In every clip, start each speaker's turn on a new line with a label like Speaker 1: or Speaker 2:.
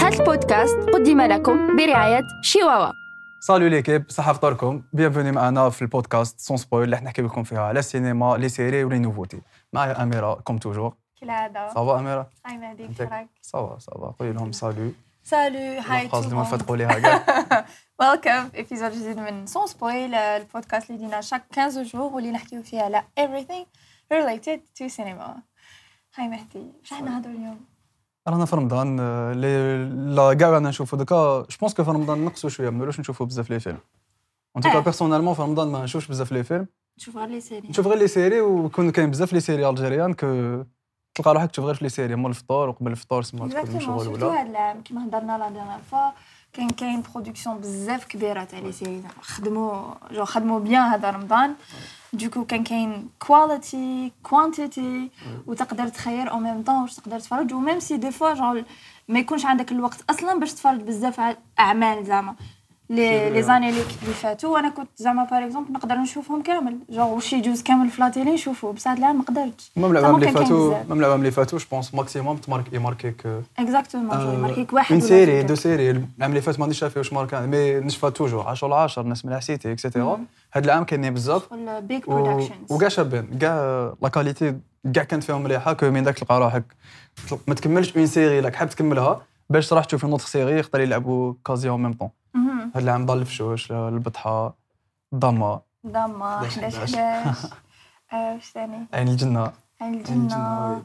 Speaker 1: هذا البودكاست قدم لكم برعاية شيواوا
Speaker 2: سالو ليكيب صح فطوركم بيانفوني معنا في البودكاست سون سبويل اللي حنحكي لكم فيها على السينما لي سيري ولي نوفوتي معايا اميره كوم توجور
Speaker 3: كالعادة
Speaker 2: صافا اميره
Speaker 3: هاي مهدي
Speaker 2: أنت-
Speaker 3: كيفك؟
Speaker 2: صافا صافا قولي لهم سالو
Speaker 3: سالو هاي
Speaker 2: الألفاظ اللي ما فاتقوا ليها كاع
Speaker 3: ويلكم ابيزود جديد من سون سبويل البودكاست اللي دينا شاك 15 جوغ واللي نحكيو فيه على everything related to cinema هاي مهدي شنو راح نهضروا اليوم؟
Speaker 2: رانا في رمضان آه، لي- لا كاع رانا نشوفوا دوكا جو بونس كو في رمضان نقصوا شويه ما نولوش نشوفوا بزاف لي فيلم ان توكا
Speaker 3: آه.
Speaker 2: بيرسونيلمون في رمضان ما نشوفش بزاف لي فيلم
Speaker 3: نشوف غير لي سيري
Speaker 2: نشوف غير لي سيري ويكون كاين بزاف لي سيري الجيريان كو تلقى روحك تشوف غير في لي سيري مول الفطور وقبل الفطور سما تكون
Speaker 3: اكزاكتومون
Speaker 2: مشغول
Speaker 3: سورتو
Speaker 2: ولا
Speaker 3: هاد العام كيما هضرنا لا ديرنيير فوا كان كاين برودكسيون بزاف كبيره تاع لي سيري زعما خدموا جو خدموا بيان هذا رمضان دوكو كان كاين كواليتي كوانتيتي وتقدر تخير او ميم طون واش تقدر تفرج وميم سي دي فوا جو ما يكونش عندك الوقت اصلا باش تفرج بزاف على اعمال زعما لي
Speaker 2: سي
Speaker 3: لي
Speaker 2: فري.
Speaker 3: زاني اللي اللي فاتوا وانا كنت زعما باغ اكزومبل نقدر نشوفهم كامل جو وشي جوز كامل في لا تيلي نشوفوه بصح هاد العام ما قدرتش
Speaker 2: ميم العوام اللي
Speaker 3: ممكن كاين
Speaker 2: فاتوا
Speaker 3: بزاف.
Speaker 2: ميم العوام اللي فاتوا جو بونس ماكسيموم تمارك يماركيك آه،
Speaker 3: اكزاكتومون جو يماركيك واحد
Speaker 2: اون
Speaker 3: ولا
Speaker 2: سيري
Speaker 3: زوج.
Speaker 2: دو سيري العام اللي فات ما عنديش شافي واش ماركا مي نشفى توجور 10 على 10 الناس من حسيتي اكسيتيرا هاد العام كاينين بزاف
Speaker 3: والبيج
Speaker 2: و-
Speaker 3: برودكشنز
Speaker 2: وكاع شابين كاع لا كاليتي كاع كانت فيهم مليحه كو من داك تلقى روحك تل- ما تكملش اون سيري راك حاب تكملها باش تروح تشوف اون اوتر سيري يقدر يلعبوا كازي اون ميم طون هاد العام ضل الفشوش البطحه الضمه
Speaker 3: ضمة
Speaker 2: 11.
Speaker 3: 11 11 آه، واش ثاني
Speaker 2: عين الجنه
Speaker 3: عين
Speaker 2: الجنة، وي.
Speaker 3: الجنة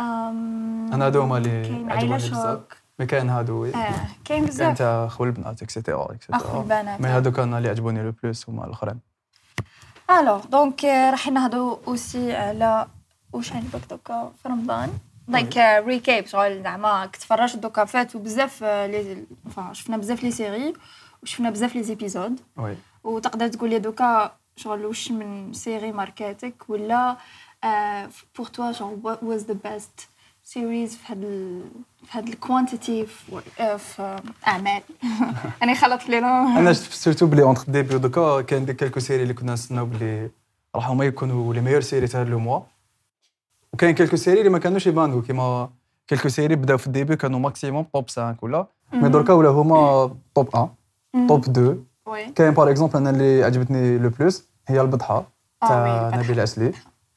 Speaker 3: أم،
Speaker 2: أنا هادو هما اللي
Speaker 3: كاين
Speaker 2: عجبوني
Speaker 3: عيلة
Speaker 2: بزاف.
Speaker 3: شوك
Speaker 2: مي كاين هادو وي.
Speaker 3: آه، كاين
Speaker 2: كاين آه.
Speaker 3: بزاف
Speaker 2: تاع خو البنات اكسيتيرا
Speaker 3: أخو
Speaker 2: اكسيتيرا
Speaker 3: البنات
Speaker 2: مي هادو كان اللي عجبوني لو بلوس هما الاخرين
Speaker 3: الو دونك آه، راح نهضروا اوسي على واش عجبك دوكا في رمضان لايك ريكاب شغل زعما كتفرجت دوكا فاتوا بزاف آه، لي enfin، شفنا بزاف لي سيري وشفنا بزاف لي زيبيزود
Speaker 2: وي
Speaker 3: آه. وتقدر تقول لي دوكا شغل واش من سيري ماركاتك ولا بور توا شغل واز ذا بيست سيريز في هاد ال... في هاد الكوانتيتي في, آه، في آه، اعمال انا خلطت لينا
Speaker 2: انا شفت سيرتو بلي اونتر ديبي دوكا كاين ديك كالكو سيري اللي كنا نستناو بلي راح هما يكونوا لي ميور سيري تاع هاد لو موا وكاين كالكو سيري اللي ما كانوش يبانو كيما كالكو سيري بداو في الديبي كانوا ماكسيموم توب 5 ولا مي دركا ولا هما توب 1 توب 2
Speaker 3: وي
Speaker 2: كاين باغ اكزومبل انا اللي عجبتني لو بلوس هي البضحه
Speaker 3: آه،
Speaker 2: تاع
Speaker 3: وي، البضحة.
Speaker 2: نبيل عسلي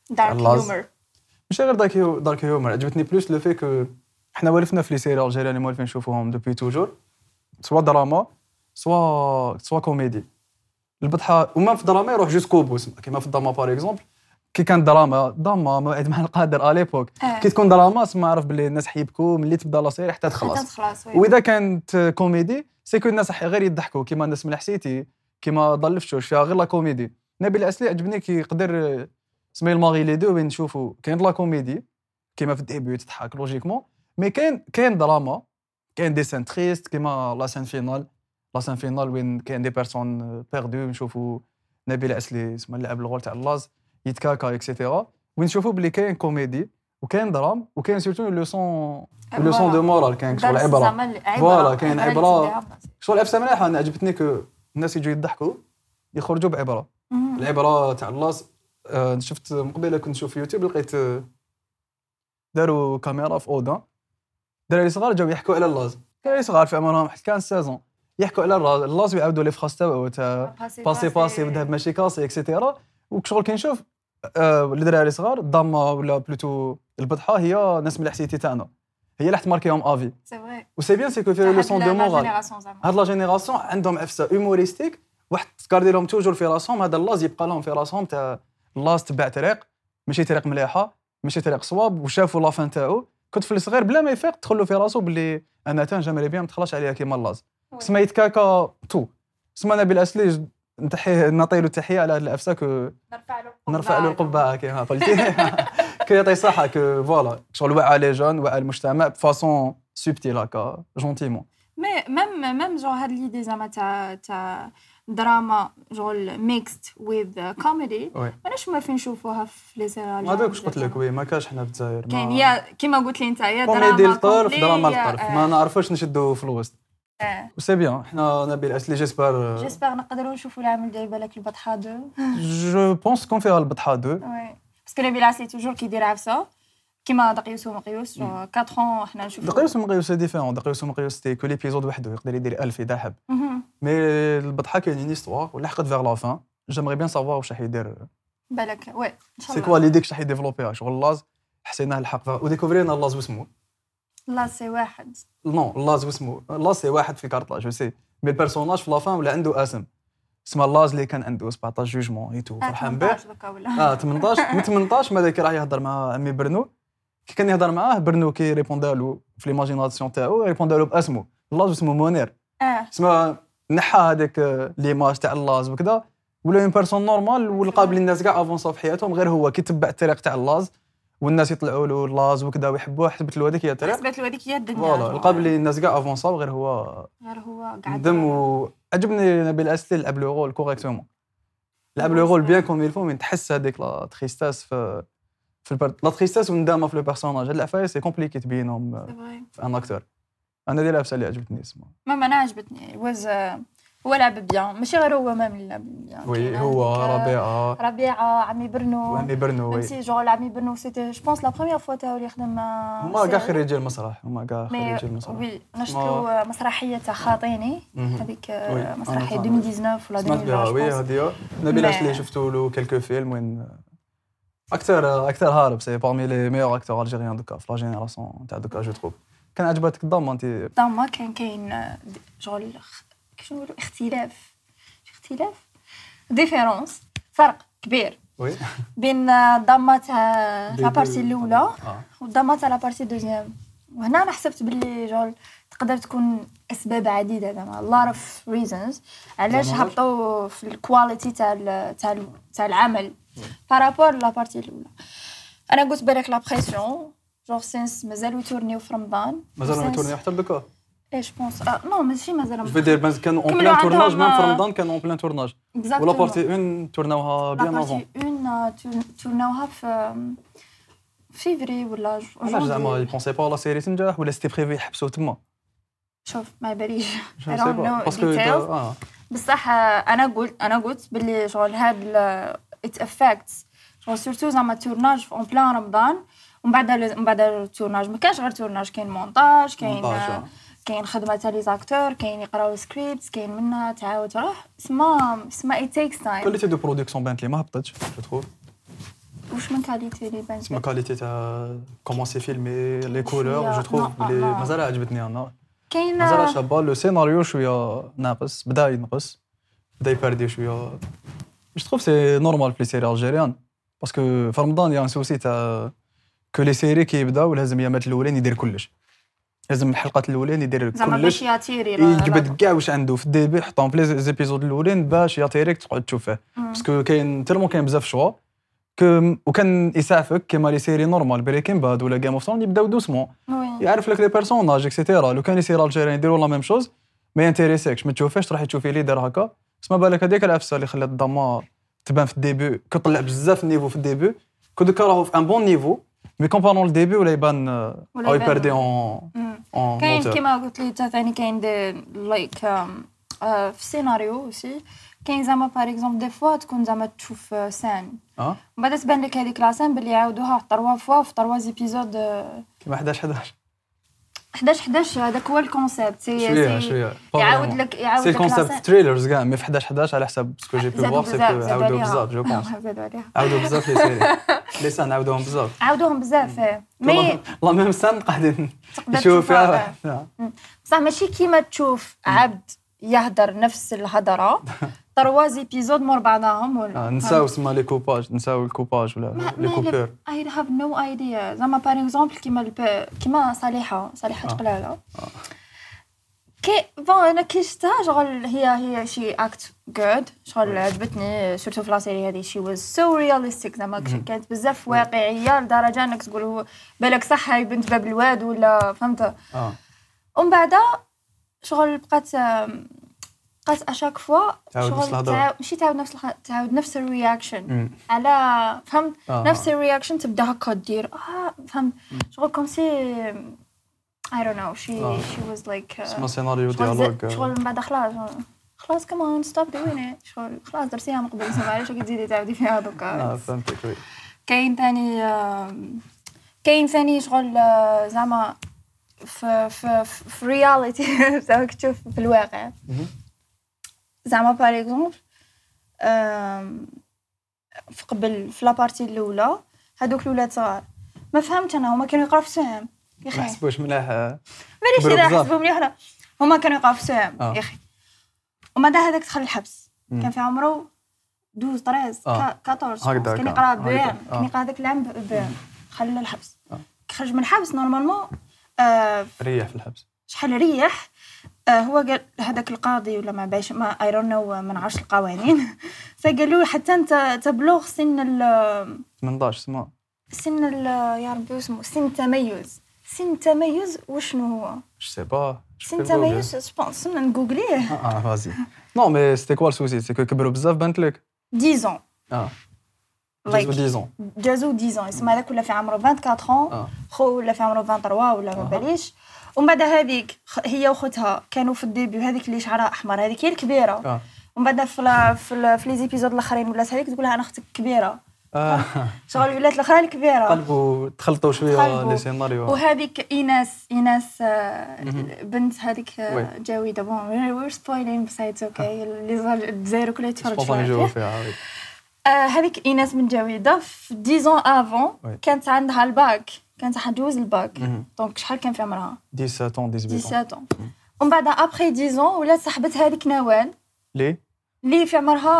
Speaker 3: دارك
Speaker 2: اللاز.
Speaker 3: هيومر
Speaker 2: ماشي غير دارك هيو دارك هيومر عجبتني بلوس لو في كو حنا والفنا في لي سيري الجيريان اللي موالفين نشوفوهم دوبوي توجور سوا دراما سوا سوا كوميدي البضحه وما في دراما يروح جوسكو بو سما. كيما في الدراما بار اكزومبل كي كان دراما دراما موعد مع القادر اليبوك
Speaker 3: آه.
Speaker 2: كي تكون دراما سما عرف باللي الناس حيبكوا ملي تبدا لا سيري حتى
Speaker 3: حتى
Speaker 2: تخلص
Speaker 3: تخلص وي
Speaker 2: واذا كانت كوميدي سي كو الناس غير يضحكوا كيما الناس من حسيتي كيما ضل الفتوش فيها غير لا كوميدي نبيل العسلي عجبني كي يقدر سمي الماغي لي دو وين نشوفوا كاين لا كوميدي كيما في الديبي تضحك لوجيكمون مي كاين كاين دراما كاين دي سان تريست كيما لا سان فينال لا سان فينال وين كاين دي بيرسون بيردو نشوفوا نبيل العسلي اسمه لعب الغول تاع اللاز يتكاكا اكسيتيرا ونشوفوا بلي كاين كوميدي وكاين درام وكاين سيرتو لو سون
Speaker 3: آه،
Speaker 2: لو سون دو مورال كاين شغل
Speaker 3: درس
Speaker 2: عبره
Speaker 3: زعما العبرة.
Speaker 2: فوالا، كاين
Speaker 3: اللي
Speaker 2: عبرة.
Speaker 3: تدي عبرة.
Speaker 2: شغل العفسه مليحه انا عجبتني كو الناس يجوا يضحكوا يخرجوا بعبره Mm-hmm.
Speaker 3: مم.
Speaker 2: العبره تاع اللاص آه، شفت من قبيله كنت نشوف في يوتيوب لقيت آه، داروا كاميرا في اوضه دراري صغار جاو يحكوا على اللاز دراري صغار في عمرهم حيت كان سازون يحكوا على اللاز اللاز ويعاودوا لي فخاص تاعو تاع
Speaker 3: باسي
Speaker 2: باسي باسي وذهب ماشي كاسي اكسيتيرا وشغل كي نشوف آه، الدراري صغار الضامه ولا بلوتو البضحه هي ناس من الحسيتي تاعنا هي اللي حتماركيهم افي
Speaker 3: سي فري
Speaker 2: وسي بيان سي كو فيها لو سون دو مورال هاد لا جينيراسيون عندهم عفسه هيوموريستيك واحد تكاردي لهم توجور في راسهم هذا اللاز يبقى لهم في راسهم تاع اللاز تبع طريق ماشي طريق مليحه ماشي طريق صواب وشافوا لافان تاعو كنت في الصغير بلا ما يفيق تخلو في راسو باللي انا تان جامري بيان ما تخلاش عليها كيما اللاز سما يتكاكا تو سما نبيل اسلي نتحيه نعطي له تحيه على هاد العفسه كو
Speaker 3: نرفع له
Speaker 2: نرفع له القبعه كيما قلتي كي يعطي صحه كو فوالا شغل وعى لي جون وعى المجتمع بفاسون سوبتيل هكا جونتيمون
Speaker 3: مي ميم ميم جو هاد ليدي زعما تاع تاع دراما شغل ميكست ويز كوميدي
Speaker 2: وي
Speaker 3: ماناش ما فين نشوفوها في لي سيريال
Speaker 2: هذاك واش قلت لك وي ما كاش حنا في الجزائر ما-
Speaker 3: كاين يا كيما قلت لي انت يا دراما آه.
Speaker 2: كوميدي الطرف
Speaker 3: كومبلي،
Speaker 2: دراما
Speaker 3: يا-
Speaker 2: الطرف ما نعرفوش نشدو في الوسط
Speaker 3: آه.
Speaker 2: وسي بيان حنا نبيل اسلي جيسبر
Speaker 3: جيسبر نقدروا نشوفوا العمل ديال بالك البطحه دو
Speaker 2: جو بونس كون فيها البطحه دو
Speaker 3: وي باسكو نبيل عسلي توجور كيدير عفسه كيما دقيوس ومقيوس 4 ans حنا نشوفوا
Speaker 2: دقيوس ومقيوس سي ديفيرون دقيوس ومقيوس سيتي كل ايبيزود وحده يقدر يدير 1000 اذا حب
Speaker 3: مهم.
Speaker 2: مي البطحه كاين اون استوار ولحقت فيغ لا فان جيمري بيان سافوار واش راح يدير
Speaker 3: بالك وي ان شاء
Speaker 2: سي
Speaker 3: الله
Speaker 2: كوا ليديك شحال يديفلوبيها شغل لاز حسيناه الحق وديكوفرينا لاز واسمو
Speaker 3: لا سي واحد
Speaker 2: نو لاز واسمو لاز سي واحد في كارطاج جو سي مي البيرسوناج في لافان ولا عنده اسم اسمه لاز اللي كان عنده 17 جوجمون ايتو فرحان به
Speaker 3: 18 دوكا ولا
Speaker 2: اه 18 من 18 ماذاك راه يهضر مع عمي برنو كي كان يهضر معاه برنو كي ريبوندا له في ليماجيناسيون تاعو ريبوندا له باسمو لاز اسمه منير
Speaker 3: اه
Speaker 2: اسمها نحى هذاك ليماج آه، تاع اللاز وكذا ولا اون بيرسون نورمال والقابل الناس كاع افونسا في حياتهم غير هو كي تبع الطريق تاع اللاز والناس يطلعوا له اللاز وكذا ويحبوه حسبت له هذيك هي الطريق
Speaker 3: حسبت له هذيك هي الدنيا
Speaker 2: فوالا القابل الناس كاع افونسا غير هو
Speaker 3: غير هو قاعد
Speaker 2: ندم وعجبني نبيل اسلي لعب لو رول كوريكتومون لعب لو
Speaker 3: نعم.
Speaker 2: رول بيان كوم يلفو من تحس هذيك لا تريستاس في في البر... لا تريستاس والندامه في لو بيرسوناج هاد العفايس سي كومبليكي تبينهم
Speaker 3: سي فري.
Speaker 2: في ان اكتور انا دي لابسه اللي عجبتني اسمها
Speaker 3: ماما انا عجبتني واز هو لعب بيان ماشي غير هو مام اللي لعب بيان كاين
Speaker 2: وي هو
Speaker 3: عندك، آه،
Speaker 2: ربيعه
Speaker 3: ربيعه عمي برنو
Speaker 2: وهمي برنو وي
Speaker 3: فهمتي جوغ عمي برنو سيتي جو بونس لا بروميير فوا تاعو اللي يخدم آه،
Speaker 2: هما كاع
Speaker 3: سير-
Speaker 2: خريجي المسرح هما كاع
Speaker 3: مي
Speaker 2: خريجي المسرح
Speaker 3: وي نشتو مسرحيه تاع خاطيني
Speaker 2: مهم.
Speaker 3: هذيك
Speaker 2: وي،
Speaker 3: آه،
Speaker 2: أنا
Speaker 3: مسرحيه
Speaker 2: فاهم.
Speaker 3: 2019 ولا
Speaker 2: سمعت بها وي هادي
Speaker 3: 2020
Speaker 2: نبيل
Speaker 3: Mais-
Speaker 2: اللي شفتو له كلكو فيلم وين اكثر اكثر هارب سي بارمي لي ميور اكتور الجيريان دوكا في لا جينيراسيون تاع دوكا جو تروب كان عجبتك الضمه انت
Speaker 3: زعما كان كاين آه، د- شغل خ- كيفاش نقولوا اختلاف اختلاف ديفيرونس فرق كبير
Speaker 2: وي
Speaker 3: بين آه، الضمه تاع
Speaker 2: بين-
Speaker 3: لابارتي الاولى
Speaker 2: آه.
Speaker 3: والضمه تاع لابارتي دوزيام وهنا انا حسبت باللي جول تقدر تكون اسباب عديده زعما lot of reasons علاش
Speaker 2: زعما
Speaker 3: هبطوا في الكواليتي تاع ال- تاع ال- تاع العمل بارابور لابارتي الاولى انا قلت بالك لا بريسيون جور سينس مازالوا يتورنيو في رمضان
Speaker 2: مازال ما
Speaker 3: وسينس-
Speaker 2: تورني حتى لدوكا
Speaker 3: اي جو بونس آه نو ماشي مازال
Speaker 2: جو دير بس كانوا اون
Speaker 3: كملوا
Speaker 2: بلان
Speaker 3: عندهم،
Speaker 2: تورناج ميم في
Speaker 3: آه.
Speaker 2: رمضان كانوا اون بلان تورناج ولا
Speaker 3: Exactement.
Speaker 2: بارتي اون تورناوها
Speaker 3: لا
Speaker 2: بيان
Speaker 3: بارتي
Speaker 2: افون
Speaker 3: 1 تورناوها euh, في euh, فيفري ولا جو-
Speaker 2: علاش زعما
Speaker 3: جونفي.
Speaker 2: يبونسي با لا سيري تنجح ولا سيتي بريفي يحبسوا تما
Speaker 3: شوف ما باليش
Speaker 2: جو
Speaker 3: I
Speaker 2: سي
Speaker 3: don't
Speaker 2: با
Speaker 3: know
Speaker 2: باسكو
Speaker 3: details.
Speaker 2: اه
Speaker 3: بصح آه، انا قلت انا قلت باللي شغل هاد ات افكتس شغل سورتو زعما تورناج اون بلان رمضان ومن بعد ال- من بعد التورناج ما كانش غير تورناج كاين مونتاج كاين
Speaker 2: مونتاج،
Speaker 3: آه،
Speaker 2: آه.
Speaker 3: كاين خدمه تاع لي زاكتور كاين يقراو سكريبت كاين منها تعاود تروح سما سما اي تيكس تايم
Speaker 2: كاليتي دو برودكسيون بانت لي ما هبطتش جو تروف
Speaker 3: واش من كاليتي اللي بانت
Speaker 2: Ma qualité, t'as comment c'est filmé, les couleurs,
Speaker 3: Yeah,
Speaker 2: je trouve.
Speaker 3: non, ah,
Speaker 2: les-
Speaker 3: non.
Speaker 2: مازال عجبتني انا
Speaker 3: كاين
Speaker 2: مازال
Speaker 3: آه،
Speaker 2: شابه لو سيناريو شويه ناقص بدا ينقص بدا يباردي شويه جو تروف سي نورمال في لي سيري الجيريان باسكو في رمضان يا سوسي تاع كو لي سيري كيبداو لازم يامات الاولين يدير كلش لازم الحلقات الاولين يدير
Speaker 3: زعما باش
Speaker 2: كلش
Speaker 3: ياتيري لا-
Speaker 2: يجبد
Speaker 3: إيه، لا-
Speaker 2: إيه، كاع واش عنده في الديبي حطهم في لي زيبيزود الاولين باش يعطيك تقعد تشوفه باسكو كاين تيرمون كاين بزاف شوا كم- وكان يسعفك كيما لي سيري نورمال بريكين باد ولا جيم اوف ثرون يبداو دوسمون
Speaker 3: وي.
Speaker 2: يعرف لك لي بيرسوناج اكسيتيرا لو كان لي سيري الجيريان يديروا لا ميم شوز ما ينتيريسكش ما تشوفهش تروح تشوفي لي دار هكا سما بالك هذيك العفسه اللي خلات الدمار تبان في الديبي كطلع بزاف النيفو في الديبي كو دوكا راهو في ان بون نيفو مي كومبارون الديبي ولا يبان آه،
Speaker 3: ولا
Speaker 2: او
Speaker 3: يبان-
Speaker 2: يباردي اون
Speaker 3: مم.
Speaker 2: اون
Speaker 3: كاين كيما قلت لي تا ثاني كاين دي لايك في السيناريو اوسي كاين زعما باغ اكزومبل دي فوا تكون زعما تشوف آه، سان من بعد تبان لك هذيك لا سان باللي عاودوها تروا فوا في تروا زيبيزود
Speaker 2: كيما 11 11
Speaker 3: 11 11 هذاك هو الكونسيبت سي
Speaker 2: شويه
Speaker 3: سي-
Speaker 2: شويه
Speaker 3: يعاود لك يعاود
Speaker 2: سي
Speaker 3: لك لا
Speaker 2: الكونسيبت
Speaker 3: سان.
Speaker 2: تريلرز كاع مي في 11 11 على حسب سكو جي بي
Speaker 3: زادوا
Speaker 2: فوار سي كو
Speaker 3: بزاف زادوا
Speaker 2: عاودوا
Speaker 3: عليها.
Speaker 2: بزاف جو بونس
Speaker 3: زادوا عليها
Speaker 2: عاودوا بزاف لي سيري لي سان عاودوهم بزاف
Speaker 3: عاودوهم بزاف آه.
Speaker 2: Mm.
Speaker 3: مي
Speaker 2: لا ميم سان قاعدين
Speaker 3: تقدر
Speaker 2: يشوفوا
Speaker 3: تشوفها،
Speaker 2: فيها واحد.
Speaker 3: بصح ماشي كيما تشوف عبد يهدر نفس الهضره تروا زيبيزود مور بعضهم
Speaker 2: آه،
Speaker 3: ولا
Speaker 2: نساو سما لي كوباج نساو الكوباج ولا
Speaker 3: ما
Speaker 2: لي كوبور
Speaker 3: اي هاف نو ايديا زعما باغ اكزومبل كيما الب- كيما صالحه صالحه
Speaker 2: آه.
Speaker 3: قلاله كي بون انا كي شفتها شغل هي هي شي اكت جود شغل عجبتني سورتو في لاسيري هذه شي واز سو رياليستيك زعما كش- كانت بزاف واقعيه لدرجه انك تقول هو بالك صح هاي بنت باب الواد ولا فهمت
Speaker 2: اه
Speaker 3: ومن بعد شغل بقات آم، بقات اشاك فوا
Speaker 2: تعاود نفس
Speaker 3: شغل
Speaker 2: الهضرة.
Speaker 3: تعاود- ماشي تعاود نفس الخ- تعاود نفس الرياكشن
Speaker 2: مم.
Speaker 3: على فهمت
Speaker 2: آه.
Speaker 3: نفس الرياكشن تبدا هكا دير اه فهمت شغل كوم سي I don't know she
Speaker 2: آه.
Speaker 3: she was like uh,
Speaker 2: سما سيناريو
Speaker 3: شغل
Speaker 2: ديالوج
Speaker 3: زد- شغل من بعد خلاص خلاص كمان ستوب دوين شغل خلاص درسيها من قبل
Speaker 2: euh. آه، Ah,
Speaker 3: سما علاش راكي تزيدي تعاودي فيها
Speaker 2: اه
Speaker 3: دوكا
Speaker 2: فهمتك وي
Speaker 3: كاين ثاني آم، كاين ثاني شغل آه، زعما في في في رياليتي زعما كي تشوف في الواقع
Speaker 2: مهم.
Speaker 3: زعما باغ اكزومبل في قبل في لابارتي الاولى هذوك الولاد صغار ما فهمتش انا هما كانوا يقراو في سهم يا
Speaker 2: ما
Speaker 3: اخي
Speaker 2: حسبوش ملاح آه.
Speaker 3: مانيش
Speaker 2: كبروا
Speaker 3: اذا
Speaker 2: بزاف.
Speaker 3: حسبوا مليح ولا هما كانوا يقراو في سهم
Speaker 2: آه.
Speaker 3: يا اخي ومن بعد هذاك دخل الحبس
Speaker 2: مم.
Speaker 3: كان في عمره 12 13
Speaker 2: آه.
Speaker 3: 14
Speaker 2: هكذا،
Speaker 3: كان
Speaker 2: هكذا.
Speaker 3: يقرا
Speaker 2: هكذا.
Speaker 3: بيان
Speaker 2: آه.
Speaker 3: كان يقرا هذاك العام ب- بيان خلى الحبس
Speaker 2: آه.
Speaker 3: كي خرج من الحبس نورمالمون آه،
Speaker 2: ريح في الحبس
Speaker 3: شحال ريح آه، هو قال هذاك القاضي ولا ما باش ما اي دون نو ما نعرفش القوانين فقالوا حتى انت تبلغ سن ال
Speaker 2: 18 سما
Speaker 3: سن ال يا ربي اسمه سن التميز سن التميز وشنو هو
Speaker 2: جو سي با جو
Speaker 3: سن
Speaker 2: بيل بوغ.
Speaker 3: التميز جوبونس نقوغليه
Speaker 2: اه اه فازي نو مي سيتي كوا السوسي سي كو كبروا بزاف بانت لك
Speaker 3: 10 ans
Speaker 2: اه جوز
Speaker 3: لايك
Speaker 2: 10 Ah, ans Ah.
Speaker 3: جازو 10 ans اسمها هذاك ولا في عمره 24 ans
Speaker 2: اه
Speaker 3: خو ولا في عمره 23 ولا ما
Speaker 2: آه.
Speaker 3: باليش ومن بعد هذيك خ- هي وخوتها كانوا في الديبي هذيك اللي شعرها احمر هذيك هي الكبيره
Speaker 2: اه
Speaker 3: ومن بعد في لا- في, لا- في لي زيبيزود الاخرين ولات هذيك تقول لها انا اختك كبيره
Speaker 2: آه.
Speaker 3: شغل ولات الاخرين كبيره
Speaker 2: قلبوا تخلطوا شويه
Speaker 3: تقلبوا.
Speaker 2: لي سيناريو
Speaker 3: وهذيك ايناس ايناس آه،
Speaker 2: آه. مهم.
Speaker 3: بنت هذيك آه،
Speaker 2: وي. آه.
Speaker 3: جاويده بون وير سبويلين بس اتس اوكي اللي زال الجزائر كلها يتفرج
Speaker 2: سبونتان
Speaker 3: شوية.
Speaker 2: يجاوبوا فيها وي.
Speaker 3: آه، هذيك ايناس من جاويده في 10 ans
Speaker 2: وي.
Speaker 3: افون كانت عندها الباك كانت حتجوز الباك
Speaker 2: مهم.
Speaker 3: دونك شحال كان في عمرها
Speaker 2: 17 ans 18 Mm. ans
Speaker 3: 17 ans ومن بعد ابخي 10 ans ولات صاحبت هذيك نوال
Speaker 2: ليه
Speaker 3: اللي في عمرها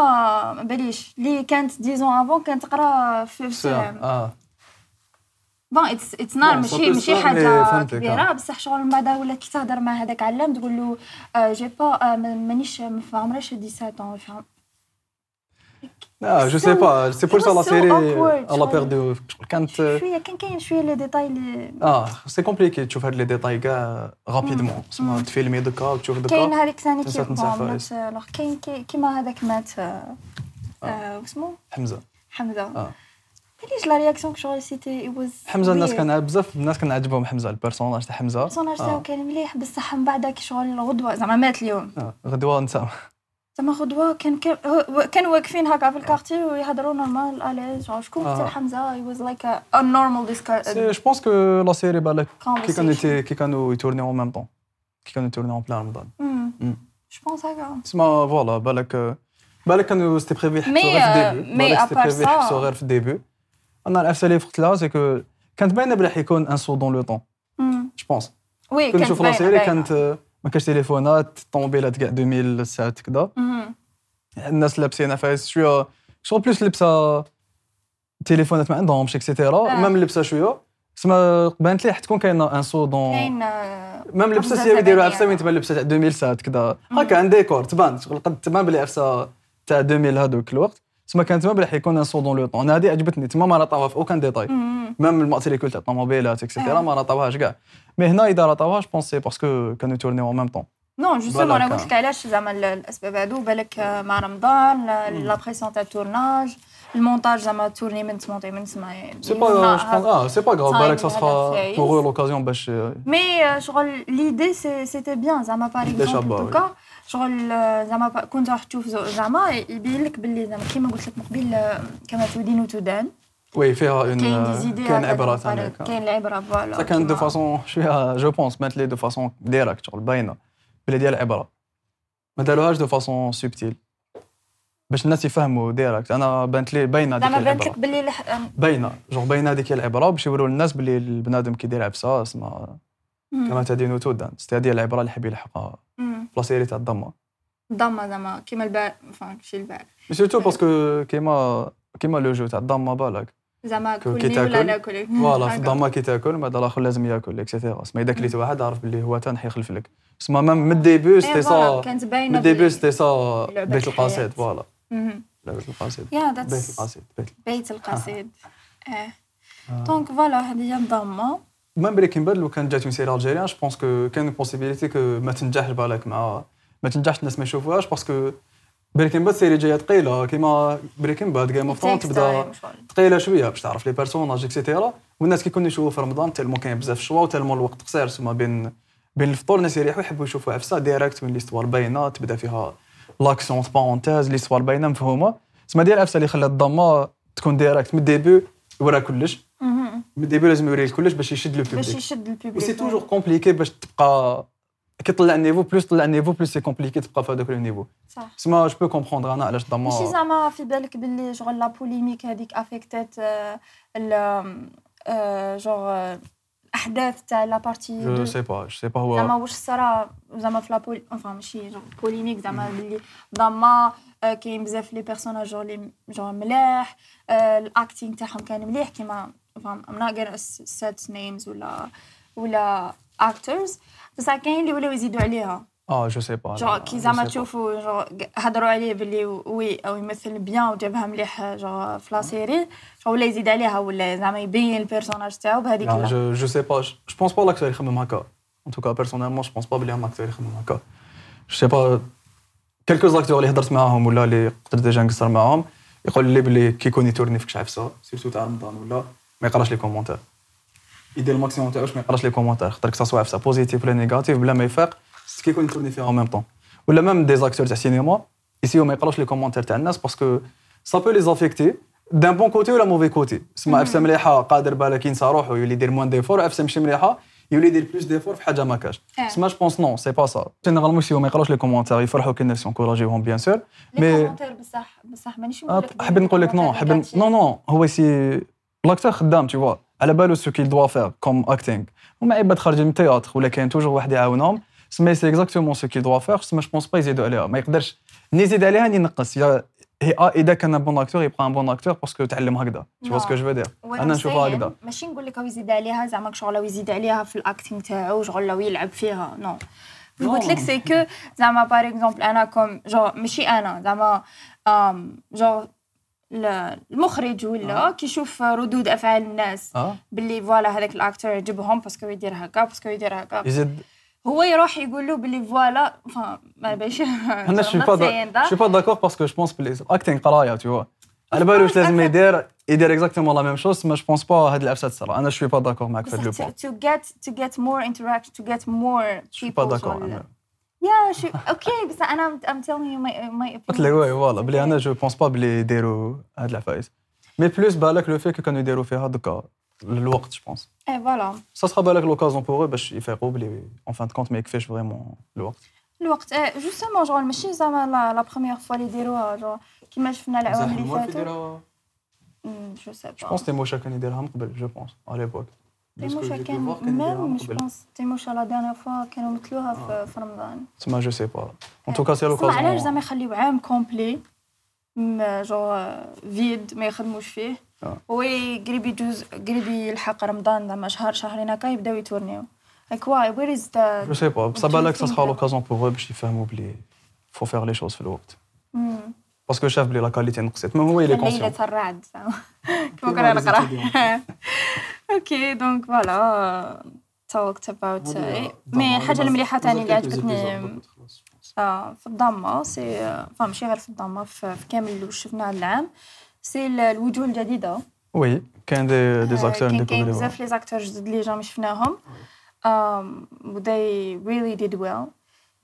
Speaker 3: ما باليش اللي كانت 10 ans افون كانت تقرا في في
Speaker 2: سلام.
Speaker 3: سلام
Speaker 2: اه
Speaker 3: بون اتس اتس نار
Speaker 2: بون،
Speaker 3: ماشي
Speaker 2: صافي
Speaker 3: ماشي
Speaker 2: صار،
Speaker 3: حاجه
Speaker 2: مي فهمتك، آه.
Speaker 3: كبيره بصح شغل من بعد ولات كي تهضر مع هذاك علام تقول له آه، جي با آه، ما- مانيش ما في عمرهاش 17 ans فهم
Speaker 2: لا جو سي با سي بور سا لا
Speaker 3: so
Speaker 2: سيري
Speaker 3: awkward.
Speaker 2: لا بيردو كانت
Speaker 3: شويه كان كاين شويه لي ديتاي اللي
Speaker 2: اه سي كومبليكي تشوف هاد لي ديتاي كاع رابيدمون تسمى
Speaker 3: مم.
Speaker 2: تفيلمي دوكا وتشوف
Speaker 3: كاين
Speaker 2: دوكا
Speaker 3: هذيك ثاني كي
Speaker 2: تنسى تنسى
Speaker 3: بون
Speaker 2: فايز.
Speaker 3: مات لوغ كاين كي- كيما هذاك مات آه، آه، واسمو
Speaker 2: حمزه
Speaker 3: حمزه
Speaker 2: آه.
Speaker 3: ماليش لا رياكسيون شغل سيتي اي واز
Speaker 2: حمزه الناس كان بزاف الناس كان عجبهم حمزه البيرسوناج تاع حمزه
Speaker 3: البيرسوناج
Speaker 2: آه.
Speaker 3: تاعو كان مليح بصح من بعد كي شغل غدوه زعما مات اليوم
Speaker 2: آه. غدوه نسام
Speaker 3: Euh, زعما غدوه كان كان هو- كان واقفين هكا في الكارتي ويهضروا نورمال اليز شكون
Speaker 2: آه.
Speaker 3: قتل حمزه اي واز لايك ا نورمال euh,
Speaker 2: سي جو بونس كو لا سيري بالك كي كانوا
Speaker 3: كونفرسيشن
Speaker 2: كي كانوا يتورنيو اون ميم طون كي كانوا يتورنيو اون بلان رمضان
Speaker 3: Hmm.
Speaker 2: مم.
Speaker 3: جو بونس هكا
Speaker 2: تسمى فوالا بالك بالك كانوا سيتي بريفي يحبسوا
Speaker 3: مي-
Speaker 2: غير في الديبي
Speaker 3: مي
Speaker 2: بالك
Speaker 3: euh, à
Speaker 2: سيتي
Speaker 3: part
Speaker 2: بريفي
Speaker 3: ça.
Speaker 2: يحبسوا غير في الديبي انا العفسه اللي فقت لها سي كو كانت باينه بلي حيكون ان سو دون لو طون
Speaker 3: أمم.
Speaker 2: جو بونس
Speaker 3: وي
Speaker 2: كنت
Speaker 3: كانت
Speaker 2: نشوف لا
Speaker 3: باينة-
Speaker 2: سيري
Speaker 3: باينة.
Speaker 2: كانت آه، ما كانش تليفونات الطوموبيلات كاع 2000 ساعات كذا
Speaker 3: أمم.
Speaker 2: الناس لابسين عفايس شويه شغل بلوس لبسه تليفونات ما عندهمش اكسيتيرا
Speaker 3: آه.
Speaker 2: ميم لبسه شويه تسمى بانت لي حتكون كاينه ان سو دون
Speaker 3: كاين آه،
Speaker 2: ميم لبسه
Speaker 3: خمسة
Speaker 2: سي يديروا
Speaker 3: ثمانية.
Speaker 2: عفسه وين تبان لبسه تاع 2000 ساعات كذا هكا عن ديكور تبان شغل قد تبان بلي عفسه تاع 2000 هذوك الوقت تسمى كانت تبان بلي حيكون ان سو دون لو طون أنا هذه عجبتني تما ما رطاوها في اوكان ديتاي
Speaker 3: أمم.
Speaker 2: ميم الماتيريكول تاع الطوموبيلات اكسيتيرا
Speaker 3: آه.
Speaker 2: ما رطاوهاش كاع مي هنا اذا رطاوها جو بونسي باسكو كانوا يتورنيو ان ميم طون
Speaker 3: نو جوستومون انا
Speaker 2: بالك،
Speaker 3: قلت لك علاش زعما ال- الاسباب هادو بالك آه، مع رمضان آه، لا بريسيون تاع التورناج المونتاج زعما تورني من تمونتي من تسمع
Speaker 2: سي با جو بونس اه سي با غاف
Speaker 3: Time
Speaker 2: بالك سا
Speaker 3: هذا
Speaker 2: سخا
Speaker 3: فايز.
Speaker 2: بوغ لوكازيون باش آه،
Speaker 3: مي آه، شغل ليدي سي- سيتي بيان زعما باغ
Speaker 2: Déjà
Speaker 3: اكزومبل
Speaker 2: bah, oui.
Speaker 3: دوكا شغل آه، زعما با- كنت راح تشوف زو- زعما يبين لك باللي زعما كيما قلت لك من قبل آه، كما تودين وتدان
Speaker 2: وي فيها اون
Speaker 3: كاين دي زيدي
Speaker 2: كاين
Speaker 3: هكذا
Speaker 2: عبرات
Speaker 3: بالك،
Speaker 2: هناك
Speaker 3: كاين العبره فوالا
Speaker 2: Ça كانت دو
Speaker 3: كيما-
Speaker 2: فاسون شويه جو بونس مات لي دو فاسون ديريكت شغل باينه بلي ديال العبره ما داروهاش دو فاسون سوبتيل باش الناس يفهموا ديريكت انا بانت لي باينه ديك
Speaker 3: زعما بانت
Speaker 2: العبره
Speaker 3: لك باللي لح- آه،
Speaker 2: باينه جوغ باينه هذيك العبره باش يوريو للناس بلي البنادم كيدير عفسه اسمها
Speaker 3: مم،
Speaker 2: كما تدين وتودان سيتي هذه العبره اللي حب يلحقها
Speaker 3: مم.
Speaker 2: بلاصيري تاع الضمه
Speaker 3: ضمه زعما كيما البال فان ماشي البال
Speaker 2: مي سيرتو باسكو كيما كيما لو جو تاع الضمه بالك
Speaker 3: زعما
Speaker 2: كو- كي
Speaker 3: كلي ولا
Speaker 2: تاكل.
Speaker 3: ناكل
Speaker 2: فوالا في
Speaker 3: هكا.
Speaker 2: الضمه كي تاكل بعد الاخر لازم ياكل اكسيتيرا سما اذا كليت واحد عارف بلي هو تان حيخلف لك سما ميم من الديبي
Speaker 3: إيه،
Speaker 2: سيتي
Speaker 3: فوالا،
Speaker 2: سا
Speaker 3: كانت
Speaker 2: من
Speaker 3: باينه
Speaker 2: الديبي
Speaker 3: باللي-
Speaker 2: سيتي سا
Speaker 3: لعبة
Speaker 2: بيت القصيد
Speaker 3: الحياة.
Speaker 2: فوالا
Speaker 3: مهم.
Speaker 2: لعبة القصيد
Speaker 3: يا
Speaker 2: بيت
Speaker 3: ذاتس
Speaker 2: القصيد بيت
Speaker 3: بيت القصيد إيه. دونك فوالا هذه هي الضمه
Speaker 2: ميم بريكين باد لو كان جات اون سيري الجيريان جو بونس كو كان بوسيبيليتي كو ما تنجحش بالك مع ما تنجحش الناس ما يشوفوهاش باسكو بريكين باد سيري جايه ثقيله كيما بريكين باد جيم اوف ثرون
Speaker 3: It takes
Speaker 2: تبدا
Speaker 3: time شغل.
Speaker 2: ثقيله شويه باش تعرف لي بيرسوناج اكسيتيرا والناس كيكونوا يشوفوا في رمضان تالمو كاين بزاف الشوا وتالمو الوقت قصير سما بين بين الفطور الناس يريحوا يحبوا يشوفوا عفسه ديريكت من ليستوار باينه تبدا فيها لاكسيون بارونتيز ليستوار باينه مفهومه سما ديال عفسه اللي خلات الضمه تكون ديريكت من الديبي ورا كلش
Speaker 3: مهم.
Speaker 2: من الديبي لازم يوريه كلش باش يشد لو
Speaker 3: باش
Speaker 2: بوبليك
Speaker 3: يشد البوبليك
Speaker 2: وسي توجور كومبليكي باش تبقى كي طلع النيفو بلوس طلع النيفو بلوس سي كومبليكي تبقى في هذاك النيفو
Speaker 3: صح
Speaker 2: سما جو بو كومبخوندر انا علاش
Speaker 3: ماشي
Speaker 2: زعما
Speaker 3: زعما في بالك باللي شغل لا بوليميك هذيك افيكتات جوغ آه، الاحداث تاع لا بارتي
Speaker 2: جو
Speaker 3: دو.
Speaker 2: سي با جو سي با هو
Speaker 3: زعما واش صرا زعما في لا بول انفا ماشي جوغ بوليميك زعما باللي ضما آه، كاين بزاف لي بيرسوناج جوغ لي جوغ ملاح الاكتينغ تاعهم كان مليح كيما فهم ام نوت غانا سيت نيمز ولا ولا اكترز بصح كاين اللي ولاو يزيدوا عليها
Speaker 2: اه جو سي با
Speaker 3: جو كي زعما تشوفوا جو هضروا عليه باللي وي او يمثل بيان وجابها مليح جو في لا سيري جو ولا يزيد عليها ولا زعما يبين البيرسوناج تاعو بهذيك
Speaker 2: لا
Speaker 3: لا
Speaker 2: جو جو سي با جو بونس با لاكتور يخمم هكا ان توكا بيرسونيلمون جو بونس با بلي هم اكتور يخمم هكا جو سي با كيلكوز اكتور اللي هضرت معاهم ولا اللي قدرت ديجا نقصر معاهم يقول لي بلي كي يكون يتورني فيك عفسه سيرتو تاع رمضان ولا ما يقراش لي كومونتير يدير الماكسيموم تاعو باش ما يقراش لي كومونتير خاطر كسا عفسه بوزيتيف ولا نيجاتيف بلا ما يفاق كي يكون يتورني فيها ميم طون ولا ميم دي اكتور تاع سينما يسيو ما يقراوش لي كومونتير تاع الناس باسكو سا بو لي زافيكتي دان بون كوتي ولا موفي كوتي سما عفسه مليحه قادر بالك ينسى روحو يولي يدير موان ديفور عفسه ماشي مليحه يولي يدير بلوس ديفور في حاجه ما كاش
Speaker 3: إيه.
Speaker 2: سما جو بونس نو سي با سا جينيرالمون يسيو ما يقراوش لي كومونتير يفرحوا كي الناس ينكوراجيوهم بيان سور
Speaker 3: لي
Speaker 2: مي
Speaker 3: كومونتير بصح بصح مانيش
Speaker 2: Ah, حبيت نقول لك نو حبيت نو نو هو سي لاكتور خدام tu vois على بالو سو كيل دوا فير كوم اكتينغ هما عباد خارجين من التياتر ولا كاين توجور واحد يعاونهم سما سي اكزاكتومون سو كيل دوا فير سما جو بونس با يزيدوا عليها ما يقدرش ني يزيد عليها ني ينقص يا هي اه اذا كان بون اكتور يبقى ان بون اكتور باسكو تعلم هكذا tu vois ce que je veux dire انا نشوفها هكذا
Speaker 3: ماشي نقول لك هو يزيد عليها زعما شغل لو يزيد عليها في الاكتينغ تاعو شغل لو يلعب فيها نو
Speaker 2: Non.
Speaker 3: قلت لك سي كو زعما باغ اكزومبل انا كوم جو ماشي انا زعما جو المخرج ولا كي يشوف ردود افعال الناس
Speaker 2: اه
Speaker 3: باللي فوالا هذاك الاكتور يجيبهم باسكو يدير هكا باسكو يدير هكا
Speaker 2: يزيد
Speaker 3: هو يروح يقول له باللي فوالا فا- ما باش
Speaker 2: انا شي با دا- شي با داكور باسكو جو بونس بلي اكتينغ قرايه tu vois على بالو واش لازم يدير يدير اكزاكتومون لا ميم شوز سما جو بونس با هاد العفسه تصرا انا شوي با داكور معاك في هاد لو بوان
Speaker 3: to, to get to get more interaction to get more
Speaker 2: Je suis
Speaker 3: people
Speaker 2: pas d'accord. hein.
Speaker 3: شغل-
Speaker 2: Anna.
Speaker 3: Yeah, sure. Okay, بس أنا I'm telling you my my opinion.
Speaker 2: قلت لك وي فوالا بلي انا جو بونس با بلي يديروا هاد العفايس مي بلوس بالك لو في كو كانوا يديروا فيها دوكا الوقت جو بونس
Speaker 3: إيه فوالا
Speaker 2: سا سخا بالك لوكازون بوغ باش يفيقوا بلي اون فان كونت ما يكفيش فريمون الوقت
Speaker 3: الوقت إيه جوستومون شغل ماشي زعما لا لا بروميير فوا اللي يديروها جو كيما شفنا العوام اللي فاتوا أمم، جو سي
Speaker 2: جو
Speaker 3: با
Speaker 2: بونس تيموشا كان يديرها من قبل جو بونس على ليبوك
Speaker 3: تيموشا كان ميم
Speaker 2: bah,
Speaker 3: جو بونس تيموشا لا دانيير فوا كانوا مثلوها في- في رمضان
Speaker 2: تسمى جو سي با ان توكا سي
Speaker 3: سما علاش
Speaker 2: لوكازون
Speaker 3: زعما يخليو عام كومبلي م- جو فيد ما يخدموش فيه
Speaker 2: آه.
Speaker 3: وي قريب يجوز قريب يلحق رمضان زعما شهر شهرين هكا يبداو يتورنيو هيك واي وير از
Speaker 2: جو سي با سا بالك سا سخا لوكازون بوغ باش يفهموا بلي فو فيغ لي شوز في الوقت
Speaker 3: Hmm.
Speaker 2: باسكو شاف بلي لا كاليتي نقصت ميم هو يلي كونسيون
Speaker 3: ليلة الرعد زعما. كما كنا نقرا اوكي دونك فوالا talked about eh, مي حاجه المليحه تاني اللي عجبتني آه، في الضمة سي آه، فهم شي غير في الضمة في في كامل اللي شفناه العام سي ال- الوجوه الجديدة
Speaker 2: وي كاين دي دي
Speaker 3: آه،
Speaker 2: زاكتور
Speaker 3: كان كاين
Speaker 2: نديكوفريو
Speaker 3: بزاف لي زاكتور جدد اللي جامي شفناهم Um, they really did well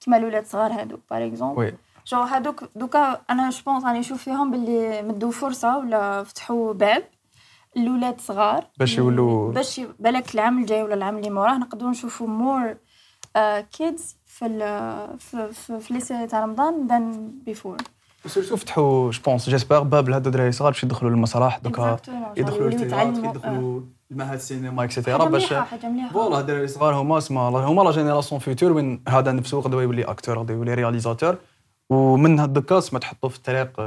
Speaker 3: كيما الولاد الصغار هادوك باغ اكزومبل
Speaker 2: وي
Speaker 3: جو هادوك دوكا انا جو بونس راني نشوف فيهم باللي مدوا فرصه ولا فتحوا باب الولاد صغار
Speaker 2: باش يولوا-
Speaker 3: باش ي- بالك العام الجاي ولا العام اللي موراه نقدروا نشوفوا مور كيدز في ال في في, في ليسي تاع رمضان ذان بيفور
Speaker 2: سيرتو فتحوا جو بونس جيسبر باب لهاد الدراري الصغار باش يدخلوا للمسرح دوكا
Speaker 3: Exactement.
Speaker 2: يدخلوا
Speaker 3: يوليو
Speaker 2: للتياتر
Speaker 3: يتعلموا.
Speaker 2: يدخلوا المعهد السينما
Speaker 3: euh.
Speaker 2: اكسيتيرا
Speaker 3: حاجه
Speaker 2: باش
Speaker 3: مليحه حاجه مليحه
Speaker 2: فوالا الدراري الصغار هما اسمها هما لا جينيراسيون فيتور وين هذا نفسه غدا يولي اكتور غدا يولي رياليزاتور ومن هاد دوكا اسمها تحطو في الطريق